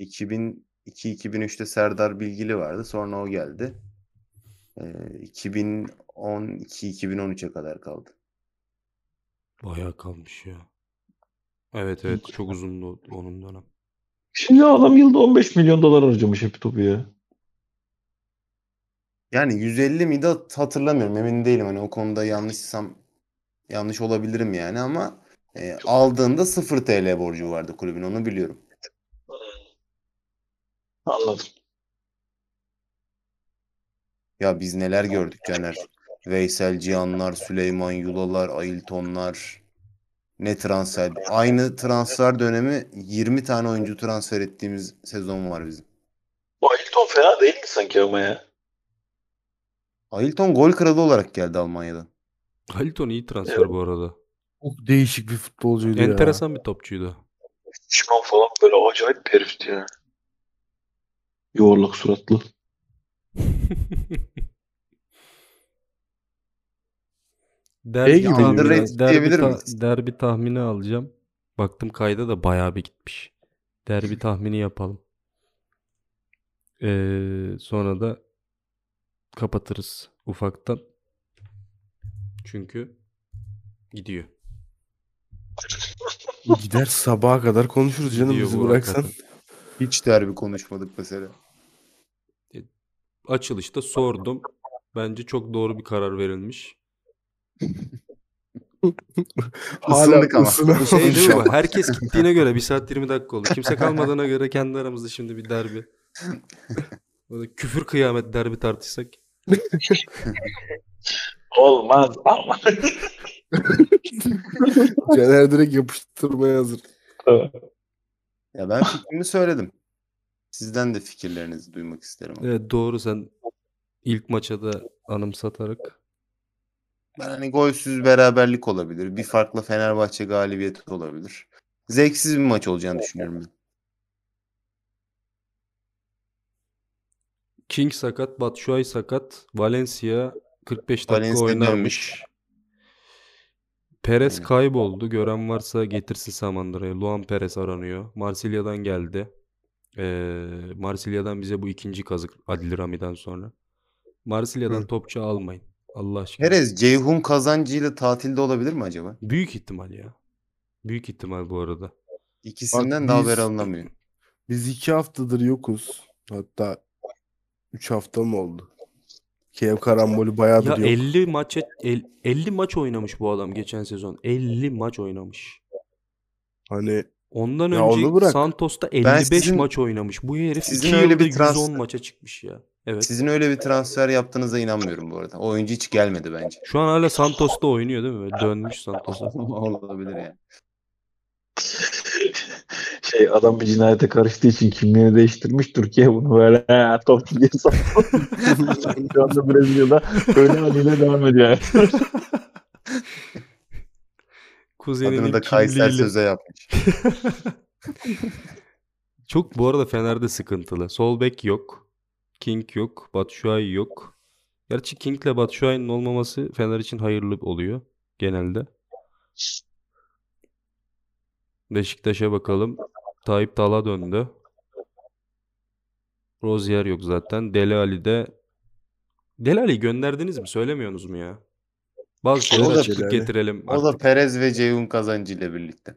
2002-2003'te Serdar Bilgili vardı. Sonra o geldi. Ee, 2012-2013'e kadar kaldı.
Bayağı kalmış ya. Evet evet çok uzundu onun dönem.
Şimdi adam yılda 15 milyon dolar harcamış hep topu ya.
Yani 150 miydi hat- hatırlamıyorum. Emin değilim. Hani o konuda yanlışsam yanlış olabilirim yani ama e, aldığında 0 TL borcu vardı kulübün. Onu biliyorum.
Anladım.
Ya biz neler gördük Caner. Veysel Cihanlar, Süleyman Yulalar, Ailtonlar. Ne transfer. Aynı transfer dönemi 20 tane oyuncu transfer ettiğimiz sezon var bizim.
Ailton fena değil mi sanki ama ya?
Ailton gol kralı olarak geldi Almanya'dan.
Haliton iyi transfer
Evet.
bu arada.
Çok değişik bir futbolcuydu ya.
Enteresan bir topçuydu.
Şimon falan böyle acayip bir herifti ya. Yuvarlak suratlı.
Derbi,
Şey gibi
tahmini-
underrated
derbi,
diyebilir
ta-
miyiz?
derbi tahmini alacağım. Baktım kayda da bayağı bir gitmiş. Derbi tahmini yapalım. Ee, sonra da kapatırız ufaktan. Çünkü gidiyor.
Gider sabaha kadar konuşuruz canım
Gidiyor
bizi
bu
bıraksan.
hakikaten.
Hiç derbi konuşmadık mesela.
Açılışta sordum. Bence çok doğru bir karar verilmiş.
Isındık ama.
ısınamadım
Şey değil mi
şu an.
bu? Herkes gittiğine göre 1 saat 20 dakika oldu. Kimse kalmadığına göre kendi aramızda şimdi bir derbi. Böyle küfür kıyamet derbi tartışsak.
Olmaz ama.
Caner direkt yapıştırmaya hazır.
Ya ben fikrimi söyledim. Sizden de fikirlerinizi duymak isterim.
Evet doğru sen ilk maça da anımsatarak.
Ben hani golsüz beraberlik olabilir. Bir farklı Fenerbahçe galibiyeti olabilir. Zevksiz bir maç olacağını düşünüyorum ben.
King sakat, Batshuayi sakat, Valencia 45 dakika
Valencia
oynarmış.
dönmüş.
Perez
Aynen.
kayboldu. Gören varsa getirsin Samandıra'yı. Luan Perez aranıyor. Marsilya'dan geldi. Ee, Marsilya'dan bize bu ikinci kazık Adil Rami'den sonra. Marsilya'dan
Hı.
topçu almayın. Allah aşkına.
Perez Ceyhun kazancıyla tatilde olabilir mi acaba?
Büyük ihtimal ya. Büyük ihtimal bu arada.
İkisinden
Bak
de
biz-
haber alınamıyor.
Biz iki haftadır yokuz. Hatta üç hafta mı oldu? Kiev karambolü
Ya
bayağıdır yok.
50 maç 50 maç oynamış bu adam geçen sezon. 50 maç oynamış.
Hani
Ondan
Ya onu
önce
bırak.
Santos'ta
Ben
55
sizin-
maç oynamış. Bu herif
sizin
2
öyle
yılda
bir
110
transfer-
maça çıkmış ya. Evet.
Sizin öyle bir transfer yaptığınıza inanmıyorum bu arada. O oyuncu hiç gelmedi bence.
Şu an hala Santos'ta oynuyor değil mi? Böyle Dönmüş Santos'a.
olabilir yani.
şey adam bir cinayete karıştığı için kimliğini değiştirmiş Türkiye bunu böyle "Ha, topçu diye sattı. Şu anda Brezilya'da öyle haliyle devam ediyor.
Kuzeninin
Adını da Kayser
kimliğiyle.
Söze yapmış.
Çok bu arada Fener'de sıkıntılı. Sol bek yok. King yok. Batshuayi yok. Gerçi King'le Batshuayi'nin olmaması Fener için hayırlı oluyor genelde. Beşiktaş'a bakalım. Tayyip Talha döndü. Rozier yok zaten. Deli Ali de Deli Ali'yi gönderdiniz mi? Söylemiyorsunuz mu ya? Bazı şeyler
da-
açıklık getirelim.
O da
artık.
Perez ve Ceyhun kazancıyla birlikte.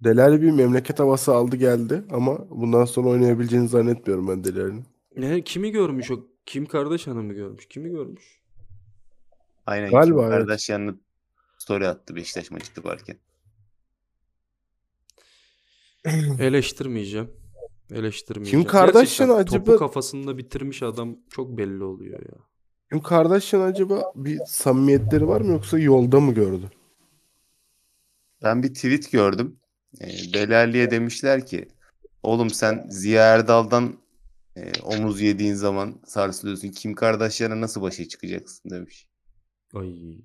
Delali bir memleket havası aldı geldi ama bundan sonra oynayabileceğini zannetmiyorum ben Delali'nin.
Ne, kimi görmüş o? Kim kardeş hanımı görmüş? Kimi görmüş?
Aynen.
Galiba,
Galiba
evet.
Kardeş yanına story attı Beşiktaş maçı varken.
Eleştirmeyeceğim. Eleştirmeyeceğim.
Kim Kardashian
Gerçekten Topu
acaba-
kafasında bitirmiş adam çok belli oluyor ya.
Kim Kardashian acaba bir samimiyetleri var mı yoksa yolda mı gördü?
Ben bir tweet gördüm. E, Delali'ye demişler ki oğlum sen Ziya Erdal'dan e, omuz yediğin zaman sarsılıyorsun. Kim Kardashian'a nasıl başa çıkacaksın demiş.
Ay.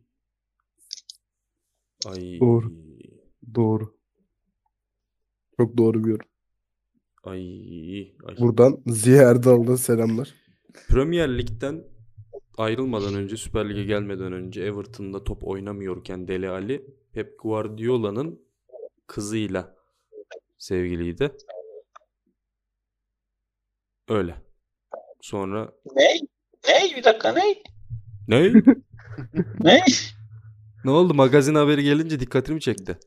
Ay.
Doğru. Doğru. Çok doğru bir yorum.
Ay. Ay.
Buradan Ziya Erdal'dan selamlar.
Premier Lig'den ayrılmadan önce Süper Lig'e gelmeden önce Everton'da top oynamıyorken Dele Ali Pep Guardiola'nın kızıyla sevgiliydi. Öyle. Sonra
Ne? Ne? Bir dakika ne?
ne?
Ne?
ne oldu? Magazin haberi gelince dikkatimi çekti.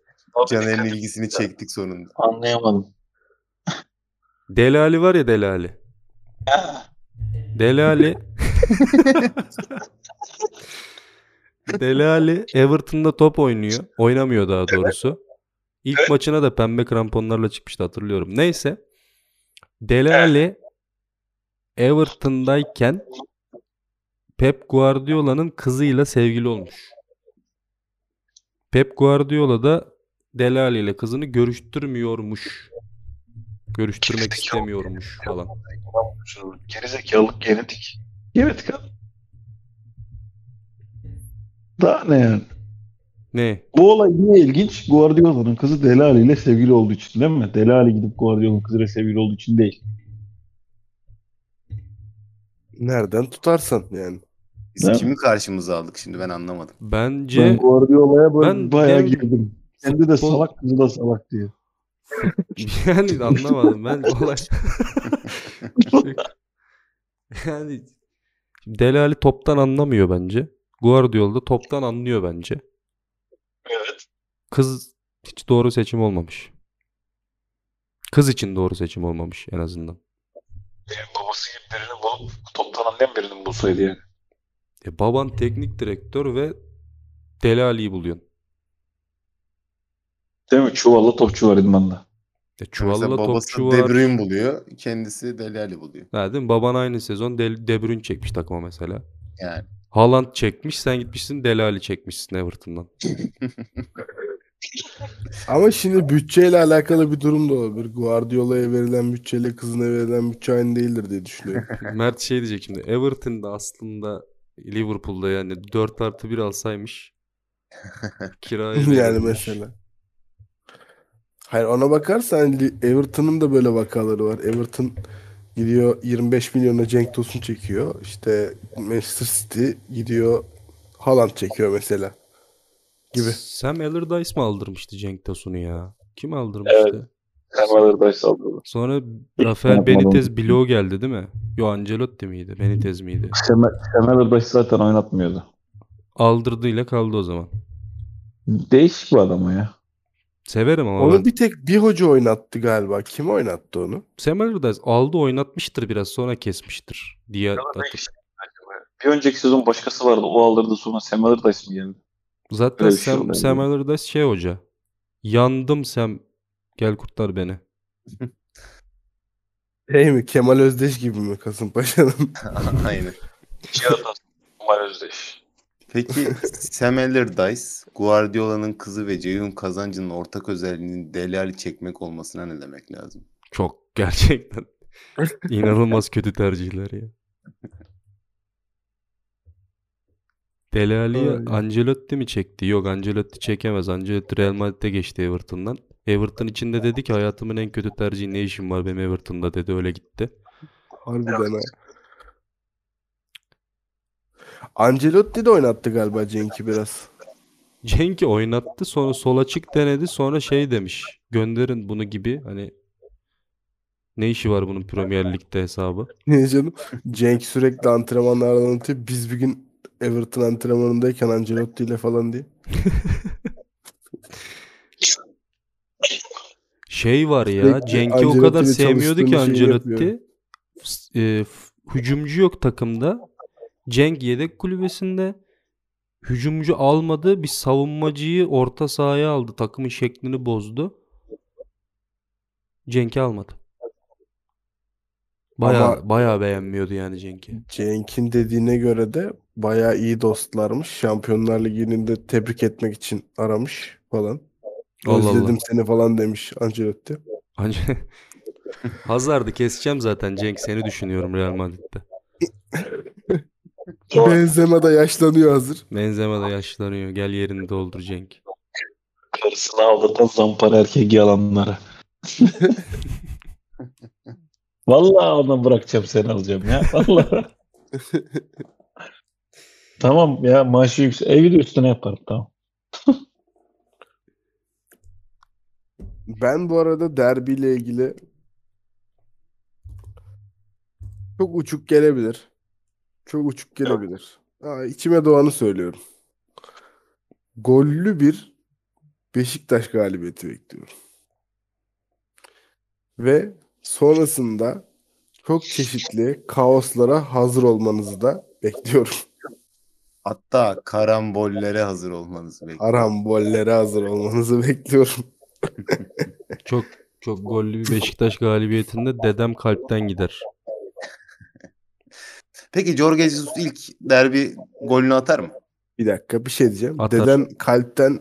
Caner'in ilgisini çektik sonunda.
Anlayamadım.
Delali var ya Delali. Delali. Delali Everton'da top oynuyor. Oynamıyor daha doğrusu. İlk maçına da pembe kramponlarla çıkmıştı hatırlıyorum. Neyse. Delali Everton'dayken Pep Guardiola'nın kızıyla sevgili olmuş. Pep Guardiola da Delali ile kızını görüştürmüyormuş. Görüştürmek istemiyormuş falan.
Gerizekalılık genetik. Genetik abi. Daha ne yani?
Ne?
Bu olay niye ilginç? Guardiola'nın kızı Delali ile sevgili olduğu için değil mi? Delali gidip Guardiola'nın kızıyla sevgili olduğu için değil.
Nereden tutarsan yani.
Biz
Ne?
kimi karşımıza aldık şimdi ben anlamadım.
Bence
Ben Guardiola'ya böyle
Ben
bayağı
dem-
girdim. Kendi de şey.
futbol-
salak kızı da salak diye.
Yani anlamadım ben olay. yani şimdi Dele Alli toptan anlamıyor bence. Guardiola da toptan anlıyor bence.
Evet.
Kız hiç doğru seçim olmamış. Kız için doğru seçim olmamış en azından.
Benim babası gibi birini bulup toptan anlayan birini bulsaydı yani.
E baban teknik direktör ve Dele Alli'yi buluyorsun. E,
Değil mi? Çuvalla topçu var idmanda.
E
Mesela
çuvalla
babası
topçu
De
var.
Bruyne buluyor. Kendisi Deli Ali buluyor.
Ha, değil mi? Baban aynı sezon De, De Bruyne çekmiş takıma mesela.
Yani.
Haaland çekmiş sen gitmişsin Dele Alli çekmişsin Everton'dan.
Ama şimdi bütçeyle alakalı bir durum da olabilir. Guardiola'ya verilen bütçeyle kızına verilen bütçe aynı değildir diye düşünüyorum.
Mert şey diyecek şimdi Everton'da aslında Liverpool'da yani 4 artı 1 alsaymış kiraya
yani
verirmiş.
mesela. Hayır ona bakarsan Li- Everton'ın da böyle vakaları var. Everton gidiyor 25 milyona Cenk Tosun çekiyor. İşte Manchester City gidiyor Haaland çekiyor mesela. Gibi.
Sam Allardyce mi aldırmıştı Cenk Tosun'u ya? Kim aldırmıştı?
Hemen Erdaş saldırdı.
Sonra Rafael
yapmadım.
Benitez bloğu geldi değil mi? Yo Ancelotti miydi? Benitez miydi?
Hemen Erdaş zaten oynatmıyordu.
Aldırdığıyla kaldı o zaman.
Değişik bir adam o ya.
Severim ama ben.
Onu bir tek bir hoca oynattı galiba. Kim oynattı onu?
Sam Allardyce aldı oynatmıştır biraz sonra kesmiştir diye atıp-
Bir önceki sezon başkası vardı. O aldırdı sonra Sam Erdaş mı geldi?
Zaten
Öyle bir şey
Sam,
oldu.
Sam Allardyce şey hoca. Yandım Sam. Gel kurtar beni.
Şey mi? Kemal Özdeş gibi mi Kasımpaşa'nın?
Aynen.
Yaratan Umar Özdeş.
Peki Sam Allardyce, Guardiola'nın kızı ve Ceyhun Kazancı'nın ortak özelliğini Deli Ali çekmek olmasına ne demek lazım?
Çok gerçekten inanılmaz kötü tercihler ya. Dele Alli'yi
Ay.
Ancelotti mi çekti? Yok Ancelotti çekemez. Ancelotti Real Madrid'e geçti Everton'dan. Everton içinde dedi ki hayatımın en kötü tercihi ne işim var benim Everton'da dedi öyle gitti.
Harbiden ha. Ancelotti de oynattı galiba Cenk'i biraz.
Cenk'i oynattı sonra sola çık denedi sonra şey demiş gönderin bunu gibi hani ne işi var bunun Premier Lig'de hesabı.
Niye canım? Cenk sürekli antrenmanlarda anlatıyor. Biz bir gün Everton antrenmanındayken Ancelotti ile falan diye.
Şey var ya
Sürekli
Cenk'i o
Ancelotti'yle
kadar sevmiyordu ki
çalıştığını şey
Ancelotti.
yapıyor.
F- e, f- hücumcu yok takımda. Cenk yedek kulübesinde. Hücumcu almadı. Bir savunmacıyı orta sahaya aldı. Takımın şeklini bozdu. Cenk'i almadı. Baya
Ama-
baya beğenmiyordu yani Cenk'i.
Cenk'in dediğine göre de bayağı iyi dostlarmış. Şampiyonlar Ligi'ni de tebrik etmek için aramış falan.
Allah Allah.
Özledim seni falan demiş Ancelotti.
Anca- Hazard'ı keseceğim zaten Cenk seni düşünüyorum Real Madrid'de.
Benzema da yaşlanıyor hazır.
Benzema da yaşlanıyor. Gel yerini doldur Cenk.
Karısını aldatan zampara erkek yalanlara. Vallahi ona bırakacağım seni alacağım ya. Vallahi. tamam ya maaşı yüksek. Evi de üstüne yaparım tamam.
Ben bu arada derbiyle ilgili çok uçuk gelebilir. Çok uçuk gelebilir. Aa, içime doğanı söylüyorum. Gollü bir Beşiktaş galibiyeti bekliyorum. Ve sonrasında çok çeşitli kaoslara hazır olmanızı da bekliyorum.
Hatta karambollere hazır olmanızı bekliyorum.
Arambollere hazır olmanızı bekliyorum.
Çok çok gollü bir Beşiktaş galibiyetinde dedem kalpten gider.
Peki Jorge Jesus ilk derbi golünü atar mı?
Bir dakika bir şey diyeceğim.
Atar.
Deden kalpten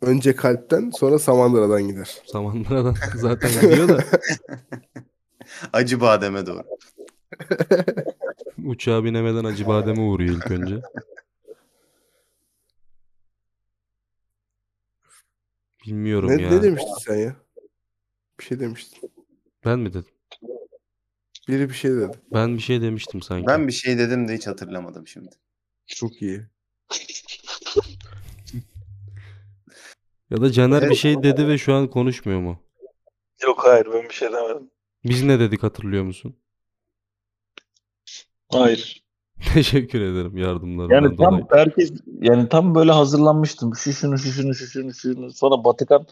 önce kalpten sonra Samandıra'dan gider.
Samandıra'dan zaten gidiyor da
Acı bademe doğru.
uçağa binemeden acı bademe uğruyor ilk önce. Bilmiyorum
Ne,
ya.
ne demiştin sen ya? Bir şey demiştin.
Ben mi dedim?
Biri bir şey dedi.
Ben bir şey demiştim sanki.
Ben bir şey dedim de hiç hatırlamadım şimdi.
Çok iyi.
Ya da Caner bir
Evet.
şey dedi ve şu an konuşmuyor mu?
Yok hayır ben bir şey demedim.
Biz ne dedik hatırlıyor musun?
Hayır.
Teşekkür ederim yardımlarından
Yani
dolayı.
tam herkes yani tam böyle hazırlanmıştım. Şu şunu şu şunu şu şunu şu şunu. Sonra Batıkan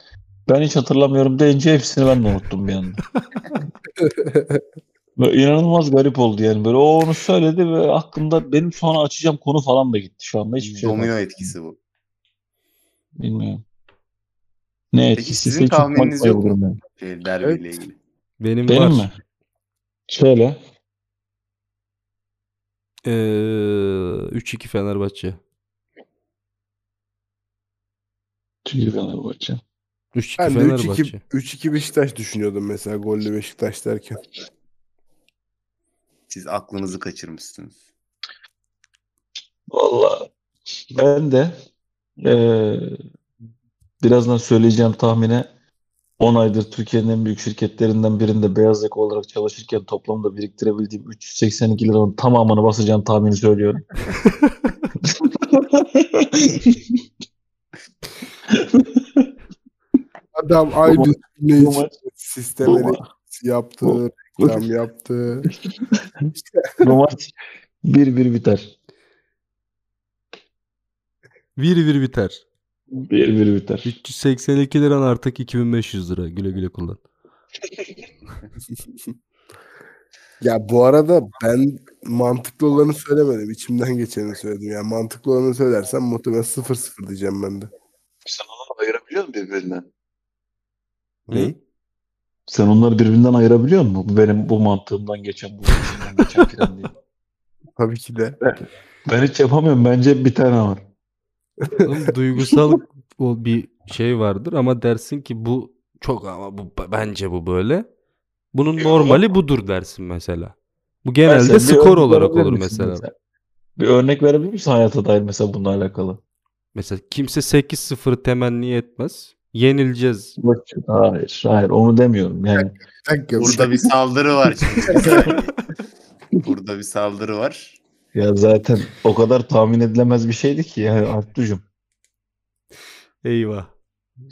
ben hiç hatırlamıyorum deyince hepsini ben de unuttum bir anda. Böyle inanılmaz garip oldu yani. Böyle o onu söyledi ve aklımda benim sonra açacağım konu falan da gitti. Şu anda hiçbir şey yok.
Domino etkisi bu.
Bilmiyorum. Ne
Peki
etkisi?
sizin tahmininiz yok mu? Şey, derbiyle
Evet.
ilgili.
Benim,
Benim
var.
mi? Şöyle.
Ee, 3-2 Fenerbahçe.
Çünkü Fenerbahçe.
3-2
Ben de
Fenerbahçe.
3-2 3-2 Beşiktaş düşünüyordum mesela gollü Beşiktaş derken.
Siz aklınızı kaçırmışsınız.
Valla ben de eee, birazdan söyleyeceğim tahmine 10 aydır Türkiye'nin en büyük şirketlerinden birinde beyaz yaka olarak çalışırken toplamda biriktirebildiğim 382 liranın tamamını basacağım tahmini söylüyorum.
Adam aynı
Bu
dinleyici
maç- bu
sistemleri
ma-
yaptı, reklam yaptı.
bu maç 1-1 biter.
1-1 biter.
1-1 biter.
382 liran artık 2500 lira. Güle güle kullan.
Ya bu arada ben mantıklı olanı söylemedim. İçimden geçeni söyledim. Yani mantıklı olanı söylersem muhtemelen 0-0 diyeceğim ben de.
Sen onu ayırabiliyor musun birbirinden?
Ne?
Sen onları birbirinden ayırabiliyor musun? Bu Benim bu mantığımdan geçen, bu içimden geçen filan diye.
Tabii ki de.
Ben hiç yapamıyorum. Bence bir tane var.
Oğlum, duygusal o bir şey vardır ama dersin ki bu çok ama bu bence bu böyle. Bunun normali budur dersin mesela. Bu genelde
Mesela bir
skor
örnek
olarak
verebilir
olur
misin
mesela.
Bir örnek verebilir misin hayata dair mesela bununla alakalı?
Mesela kimse 8-0 temenni etmez. Yenileceğiz.
Hayır, hayır onu demiyorum. Yani
Bir dakika.
Burada bir saldırı var şimdi. Burada bir saldırı var.
ya zaten o kadar tahmin edilemez bir şeydi ki yani Arttucuğum.
Eyvah.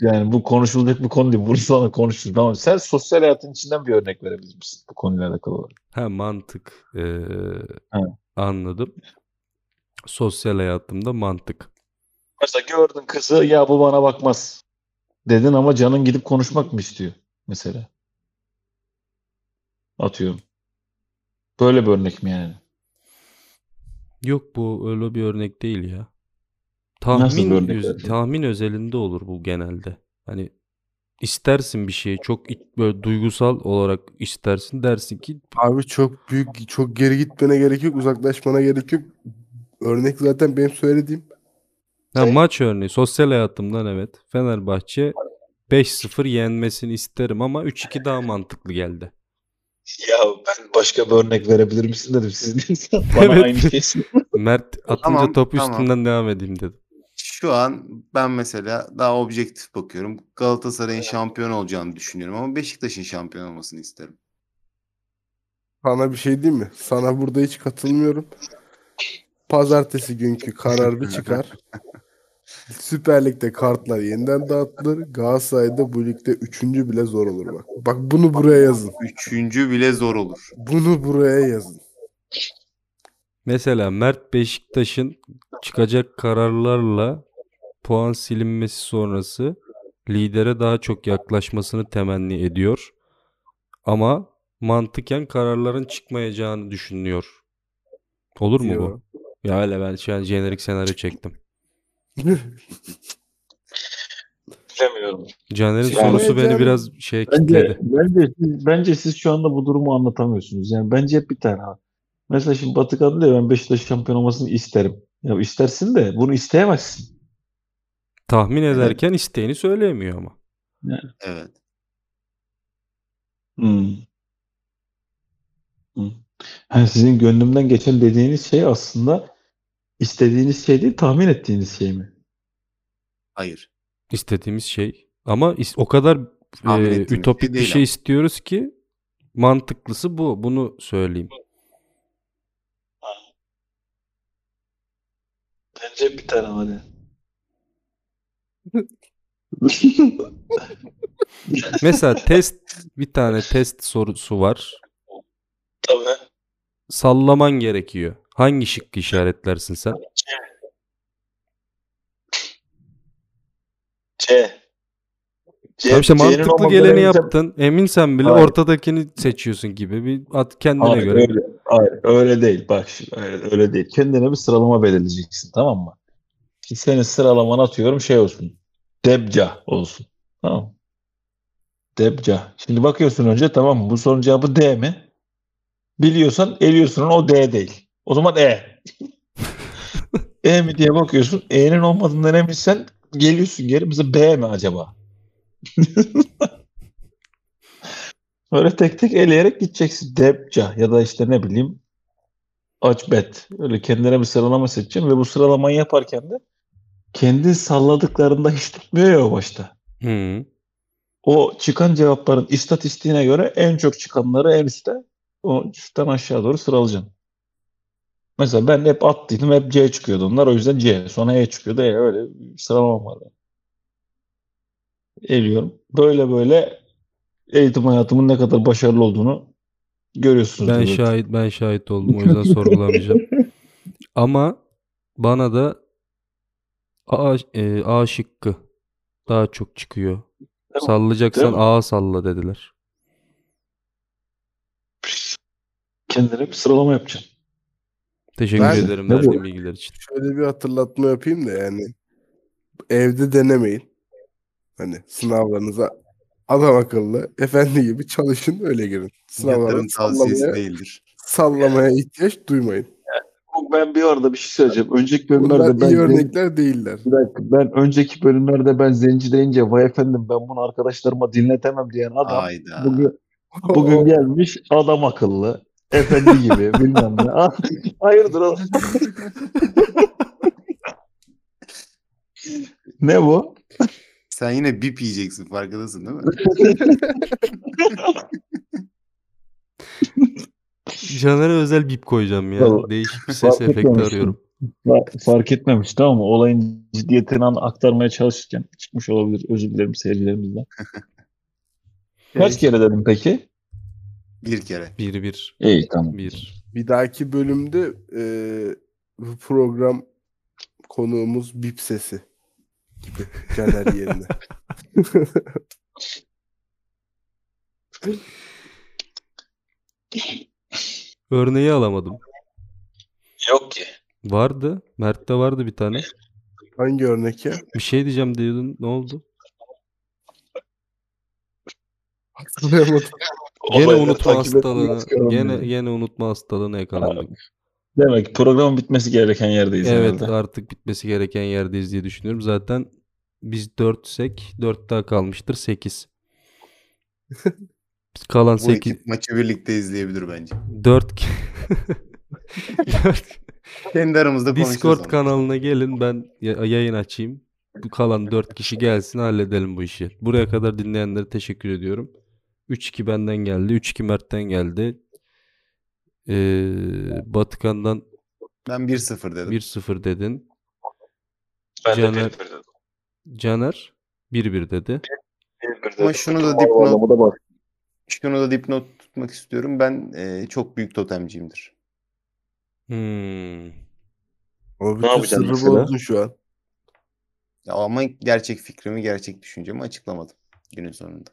Yani bu konuşulacak bir konu değil. Bunu sonra konuşuruz. Tamam. Sen sosyal hayatın içinden bir örnek verebilir misin bu konuyla alakalı olarak?
Ha mantık. Ee,
Ha.
Anladım. Sosyal hayatımda mantık.
Mesela gördün kızı ya bu bana bakmaz dedin ama canın gidip konuşmak mı istiyor mesela? Atıyorum. Böyle bir örnek mi yani?
Yok bu öyle bir örnek değil ya.
Nasıl bir
Tahmin
örnek
öz-
verdin?
tahmin özelinde olur bu genelde. Hani istersin bir şeyi çok iç- böyle duygusal olarak istersin dersin ki
Abi çok büyük, çok geri gitmene gerek yok. Uzaklaşmana gerek yok. Örnek zaten benim söylediğim.
Şey
ha, maç örneği sosyal hayatımdan evet Fenerbahçe 5-0 yenmesini isterim ama 3-2 daha mantıklı geldi.
Ya ben başka bir örnek verebilir misin dedim. Siz de bana
Evet.
aynı şeyi söylediniz.
Mert atınca
Tamam,
topu
tamam.
üstünden devam edeyim dedim.
Şu an ben mesela daha objektif bakıyorum. Galatasaray'ın şampiyon olacağını düşünüyorum ama Beşiktaş'ın şampiyon olmasını isterim.
Sana bir şey diyeyim mi? Sana burada hiç katılmıyorum. Pazartesi günkü karardı çıkar. Süper Lig'de kartlar yeniden dağıtılır. Galatasaray'da bu ligde üçüncü bile zor olur bak. Bak bunu buraya yazın.
Üçüncü bile zor olur.
Bunu buraya yazın.
Mesela Mert Beşiktaş'ın çıkacak kararlarla puan silinmesi sonrası lidere daha çok yaklaşmasını temenni ediyor. Ama mantıken kararların çıkmayacağını düşünüyor. Olur mu bu?
Yo.
Ya öyle ben şu an jenerik senaryo çektim.
Bilemiyorum.
Caner'in
Yani-
sorusu beni biraz şey
Bence,
kilitledi.
bence, siz, bence siz şu anda bu durumu anlatamıyorsunuz. Yani bence hep bir tane. ha. Mesela şimdi Batıkan diyor ben Beşiktaş şampiyon olmasını isterim. Ya istersin de bunu isteyemezsin.
Tahmin ederken isteğini söyleyemiyor ama.
Evet.
Hı. Hmm. Yani sizin gönlümden geçen dediğiniz şey aslında istediğiniz şey değil tahmin ettiğiniz şey mi?
Hayır.
İstediğimiz şey ama is- o kadar
Tahmin
e,
ettiğimiz şey
ütopik bir
değil
şey
ama.
istiyoruz ki mantıklısı bu. Bunu söyleyeyim.
Bence bir tane hadi.
Mesela test bir tane test sorusu var.
Tabii.
Sallaman gerekiyor. Hangi şıkkı işaretlersin sen?
C. C.
Tamam işte
C'nin
mantıklı
olmadığını
geleni
bilemeyeceğim.
yaptın. Emin sen bile
Hayır.
ortadakini seçiyorsun gibi. Bir at kendine
Hayır,
göre.
öyle, hayır, öyle değil. Bak şimdi öyle, öyle değil. Kendine bir sıralama belirleyeceksin tamam mı? Ki senin sıralaman atıyorum şey olsun. Debca olsun. Tamam mı? Debca. Şimdi bakıyorsun önce tamam mı? Bu sorunun cevabı D mi? Biliyorsan eliyorsun onu, o D değil. O zaman E. e mi diye bakıyorsun. E'nin olmadığından eminsen geliyorsun geri. Mesela B mi acaba? Öyle tek tek eleyerek gideceksin. Debca ya da işte ne bileyim Açbet. Öyle kendine bir sıralama seçeceksin ve bu sıralamayı yaparken de kendi salladıklarında hiç tutmuyor ya o başta.
Hı.
O çıkan cevapların istatistiğine göre en çok çıkanları en üstte o üstten aşağı doğru sıralayacaksın. Mesela ben hep attıydım hep C çıkıyordu onlar o yüzden C. Sonra E çıkıyordu E öyle bir sıralamam var. Eliyorum. Böyle böyle eğitim hayatımın ne kadar başarılı olduğunu görüyorsunuz.
Ben
burada.
şahit ben şahit oldum o yüzden sorgulamayacağım. Ama bana da A, e, A şıkkı daha çok çıkıyor.
Değil mi?
Sallayacaksan
Değil mi?
A salla dediler.
Kendine bir sıralama yapacaksın.
Teşekkür
Ben-
ederim
Ne bu?
verdiğin bilgiler için.
Şöyle bir hatırlatma yapayım da yani evde denemeyin. Hani sınavlarınıza adam akıllı, efendi gibi çalışın öyle girin.
Yatırım
Sınavlarını
tavsiyesi
sallamaya,
değildir.
sallamaya ihtiyaç duymayın.
Yok, Ben bir arada bir şey söyleyeceğim. Önceki bölümlerde
Bunlar
ben
iyi örnekler değiller.
Bir dakika, ben önceki bölümlerde ben zenci deyince vay efendim ben bunu arkadaşlarıma dinletemem diyen adam
Hayda.
bugün, bugün gelmiş adam akıllı. Efendi gibi bilmem ne. Ah, Hayırdır oğlum? ne bu?
Sen yine bip yiyeceksin farkındasın değil mi?
Caner'e özel bip koyacağım ya.
Tamam.
Değişik bir ses
Fark
efekti
etmemiştim.
arıyorum.
Fa- Fark etmemişti ama olayın ciddiyetini an- aktarmaya çalışırken çıkmış olabilir. Özür dilerim seyircilerimizden. Kaç kere dedim peki?
Bir kere.
1-1.
İyi tamam.
1.
Bir dahaki bölümde e, bu program konuğumuz bip sesi gibi Caner yerine.
Örneği alamadım.
Yok ki.
Vardı. Mert'te vardı bir tane.
Hangi örnek ya?
Bir şey diyeceğim diyordun. Ne oldu?
Hatırlayamadım.
Gene
Olayları
unutma
takip etmeye
hastalığına.
çıkaralım
Gene
dedi.
gene unutma hastalığına yakalandık.
Demek ki programın bitmesi gereken yerdeyiz
Evet
herhalde.
artık bitmesi gereken yerdeyiz diye düşünüyorum. Zaten biz 4 sek 4 daha kalmıştır 8. Kalan
Bu
8
ekip maçı birlikte izleyebilir bence.
4
Kendi aramızda konuşuruz.
Discord
onu.
kanalına gelin ben ya- yayın açayım. Bu kalan 4 kişi gelsin halledelim bu işi. Buraya kadar dinleyenlere teşekkür ediyorum. 3-2 benden geldi. 3-2 Mert'ten geldi. Ee, Batıkan'dan
Ben 1-0 dedim.
1-0 dedin.
Ben de
Caner-
bir bir dedim.
Caner 1-1 dedi.
Bir bir dedim.
Ama şunu da
Bu
dipnot,
adamı da bak.
şunu da dipnot tutmak istiyorum. Ben e, çok büyük totemciyimdir.
Hmm.
O
Ne
bütün
yapacağız
sırrı
mesela?
bozdun şu an.
Ya ama gerçek fikrimi, gerçek düşüncemi açıklamadım günün sonunda.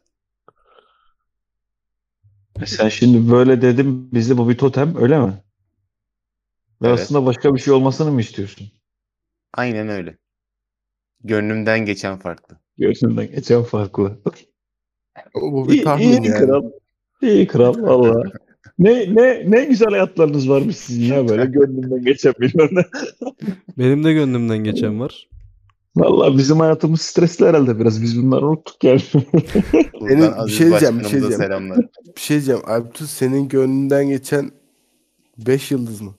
E Sen şimdi böyle dedim bizi bu bir totem öyle mi? Ve
Evet.
aslında başka bir şey olmasını mı istiyorsun?
Aynen öyle. Gönlümden geçen farklı.
Göğsünden geçen farklı.
Ama bu bir
İyi,
tahmin
iyi
yani.
kral. İyi kral valla. Ne, ne, ne güzel hayatlarınız varmış sizin ya böyle gönlümden geçen bilmem ne.
Benim de gönlümden geçen var.
Valla bizim hayatımız stresli herhalde biraz. Biz bunları unuttuk yani.
Buradan
Benim bir
Aziz
şey diyeceğim, bir
Başkanımıza
şey diyeceğim.
selamlar.
Bir şey diyeceğim. Alptu senin gönlünden geçen 5 yıldız mı?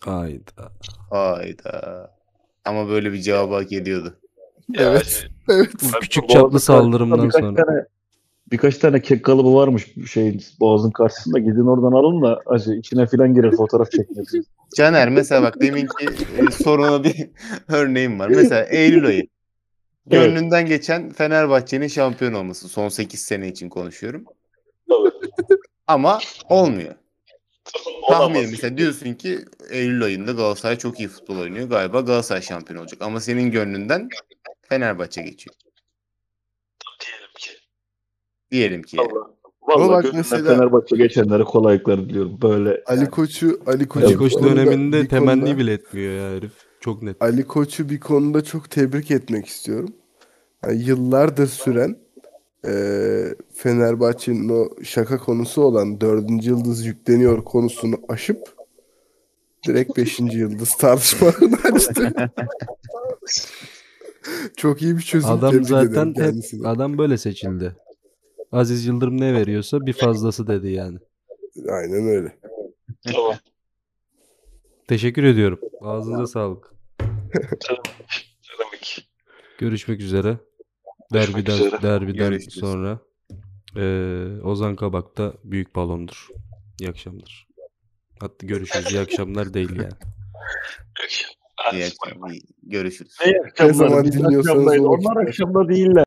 Hayda.
Hayda. Ama böyle bir cevabı hak ediyordu.
Ya,
Evet. Evet.
Ben
Küçük
bu
çaplı
Boğazın
saldırımdan
karşısında
sonra.
Tane, birkaç tane kek kalıbı varmış şeyin boğazın karşısında. Gidin oradan alın da acı içine filan girer fotoğraf çekmek.
Caner mesela bak deminki e, soruna bir örneğim var. Mesela Eylül ayı.
Evet.
Gönlünden geçen Fenerbahçe'nin şampiyon olması. Son 8 sene için konuşuyorum.
Tabii.
Ama olmuyor. Tahmin
Olamaz.
mesela diyorsun ki Eylül ayında Galatasaray çok iyi futbol oynuyor. Galiba Galatasaray şampiyon olacak. Ama senin gönlünden Fenerbahçe geçiyor.
Diyelim ki.
Diyelim ki. yani.
Allah. Vallahi
bak
gönlümden
mesela-
Fenerbahçe geçenlere kolaylıklar diliyorum. Böyle
Ali Koç'u Ali Koç'u
Ali
bir
Koç
Evet.
konuda-
döneminde
bir
temenni
konuda-
bile etmiyor ya herif. Çok net.
Ali Koç'u bir konuda çok tebrik etmek istiyorum. Yani yıllardır süren eee, Fenerbahçe'nin o şaka konusu olan dördüncü yıldız yükleniyor konusunu aşıp direkt beşinci yıldız tartışmalarını açtı. çok iyi bir çözüm.
Adam
tebrik ederim
zaten hep,
kendisine.
adam böyle seçildi. Aziz Yıldırım ne veriyorsa bir fazlası dedi yani.
Aynen öyle.
Tamam.
Teşekkür ediyorum. Ağzınıza sağlık.
Ne demek?
Görüşmek üzere.
Görüşmek
Derbiden,
üzere.
derbiden
Görüşürüz.
sonra eee, Ozan Kabak da büyük balondur. İyi akşamlar. Hatta görüşürüz. İyi akşamlar değil yani.
Peki.
İyi
Hadi.
akşamlar. Görüşürüz.
ne
zaman dinliyorsanız o
Onlar
vakitler.
akşamda değiller.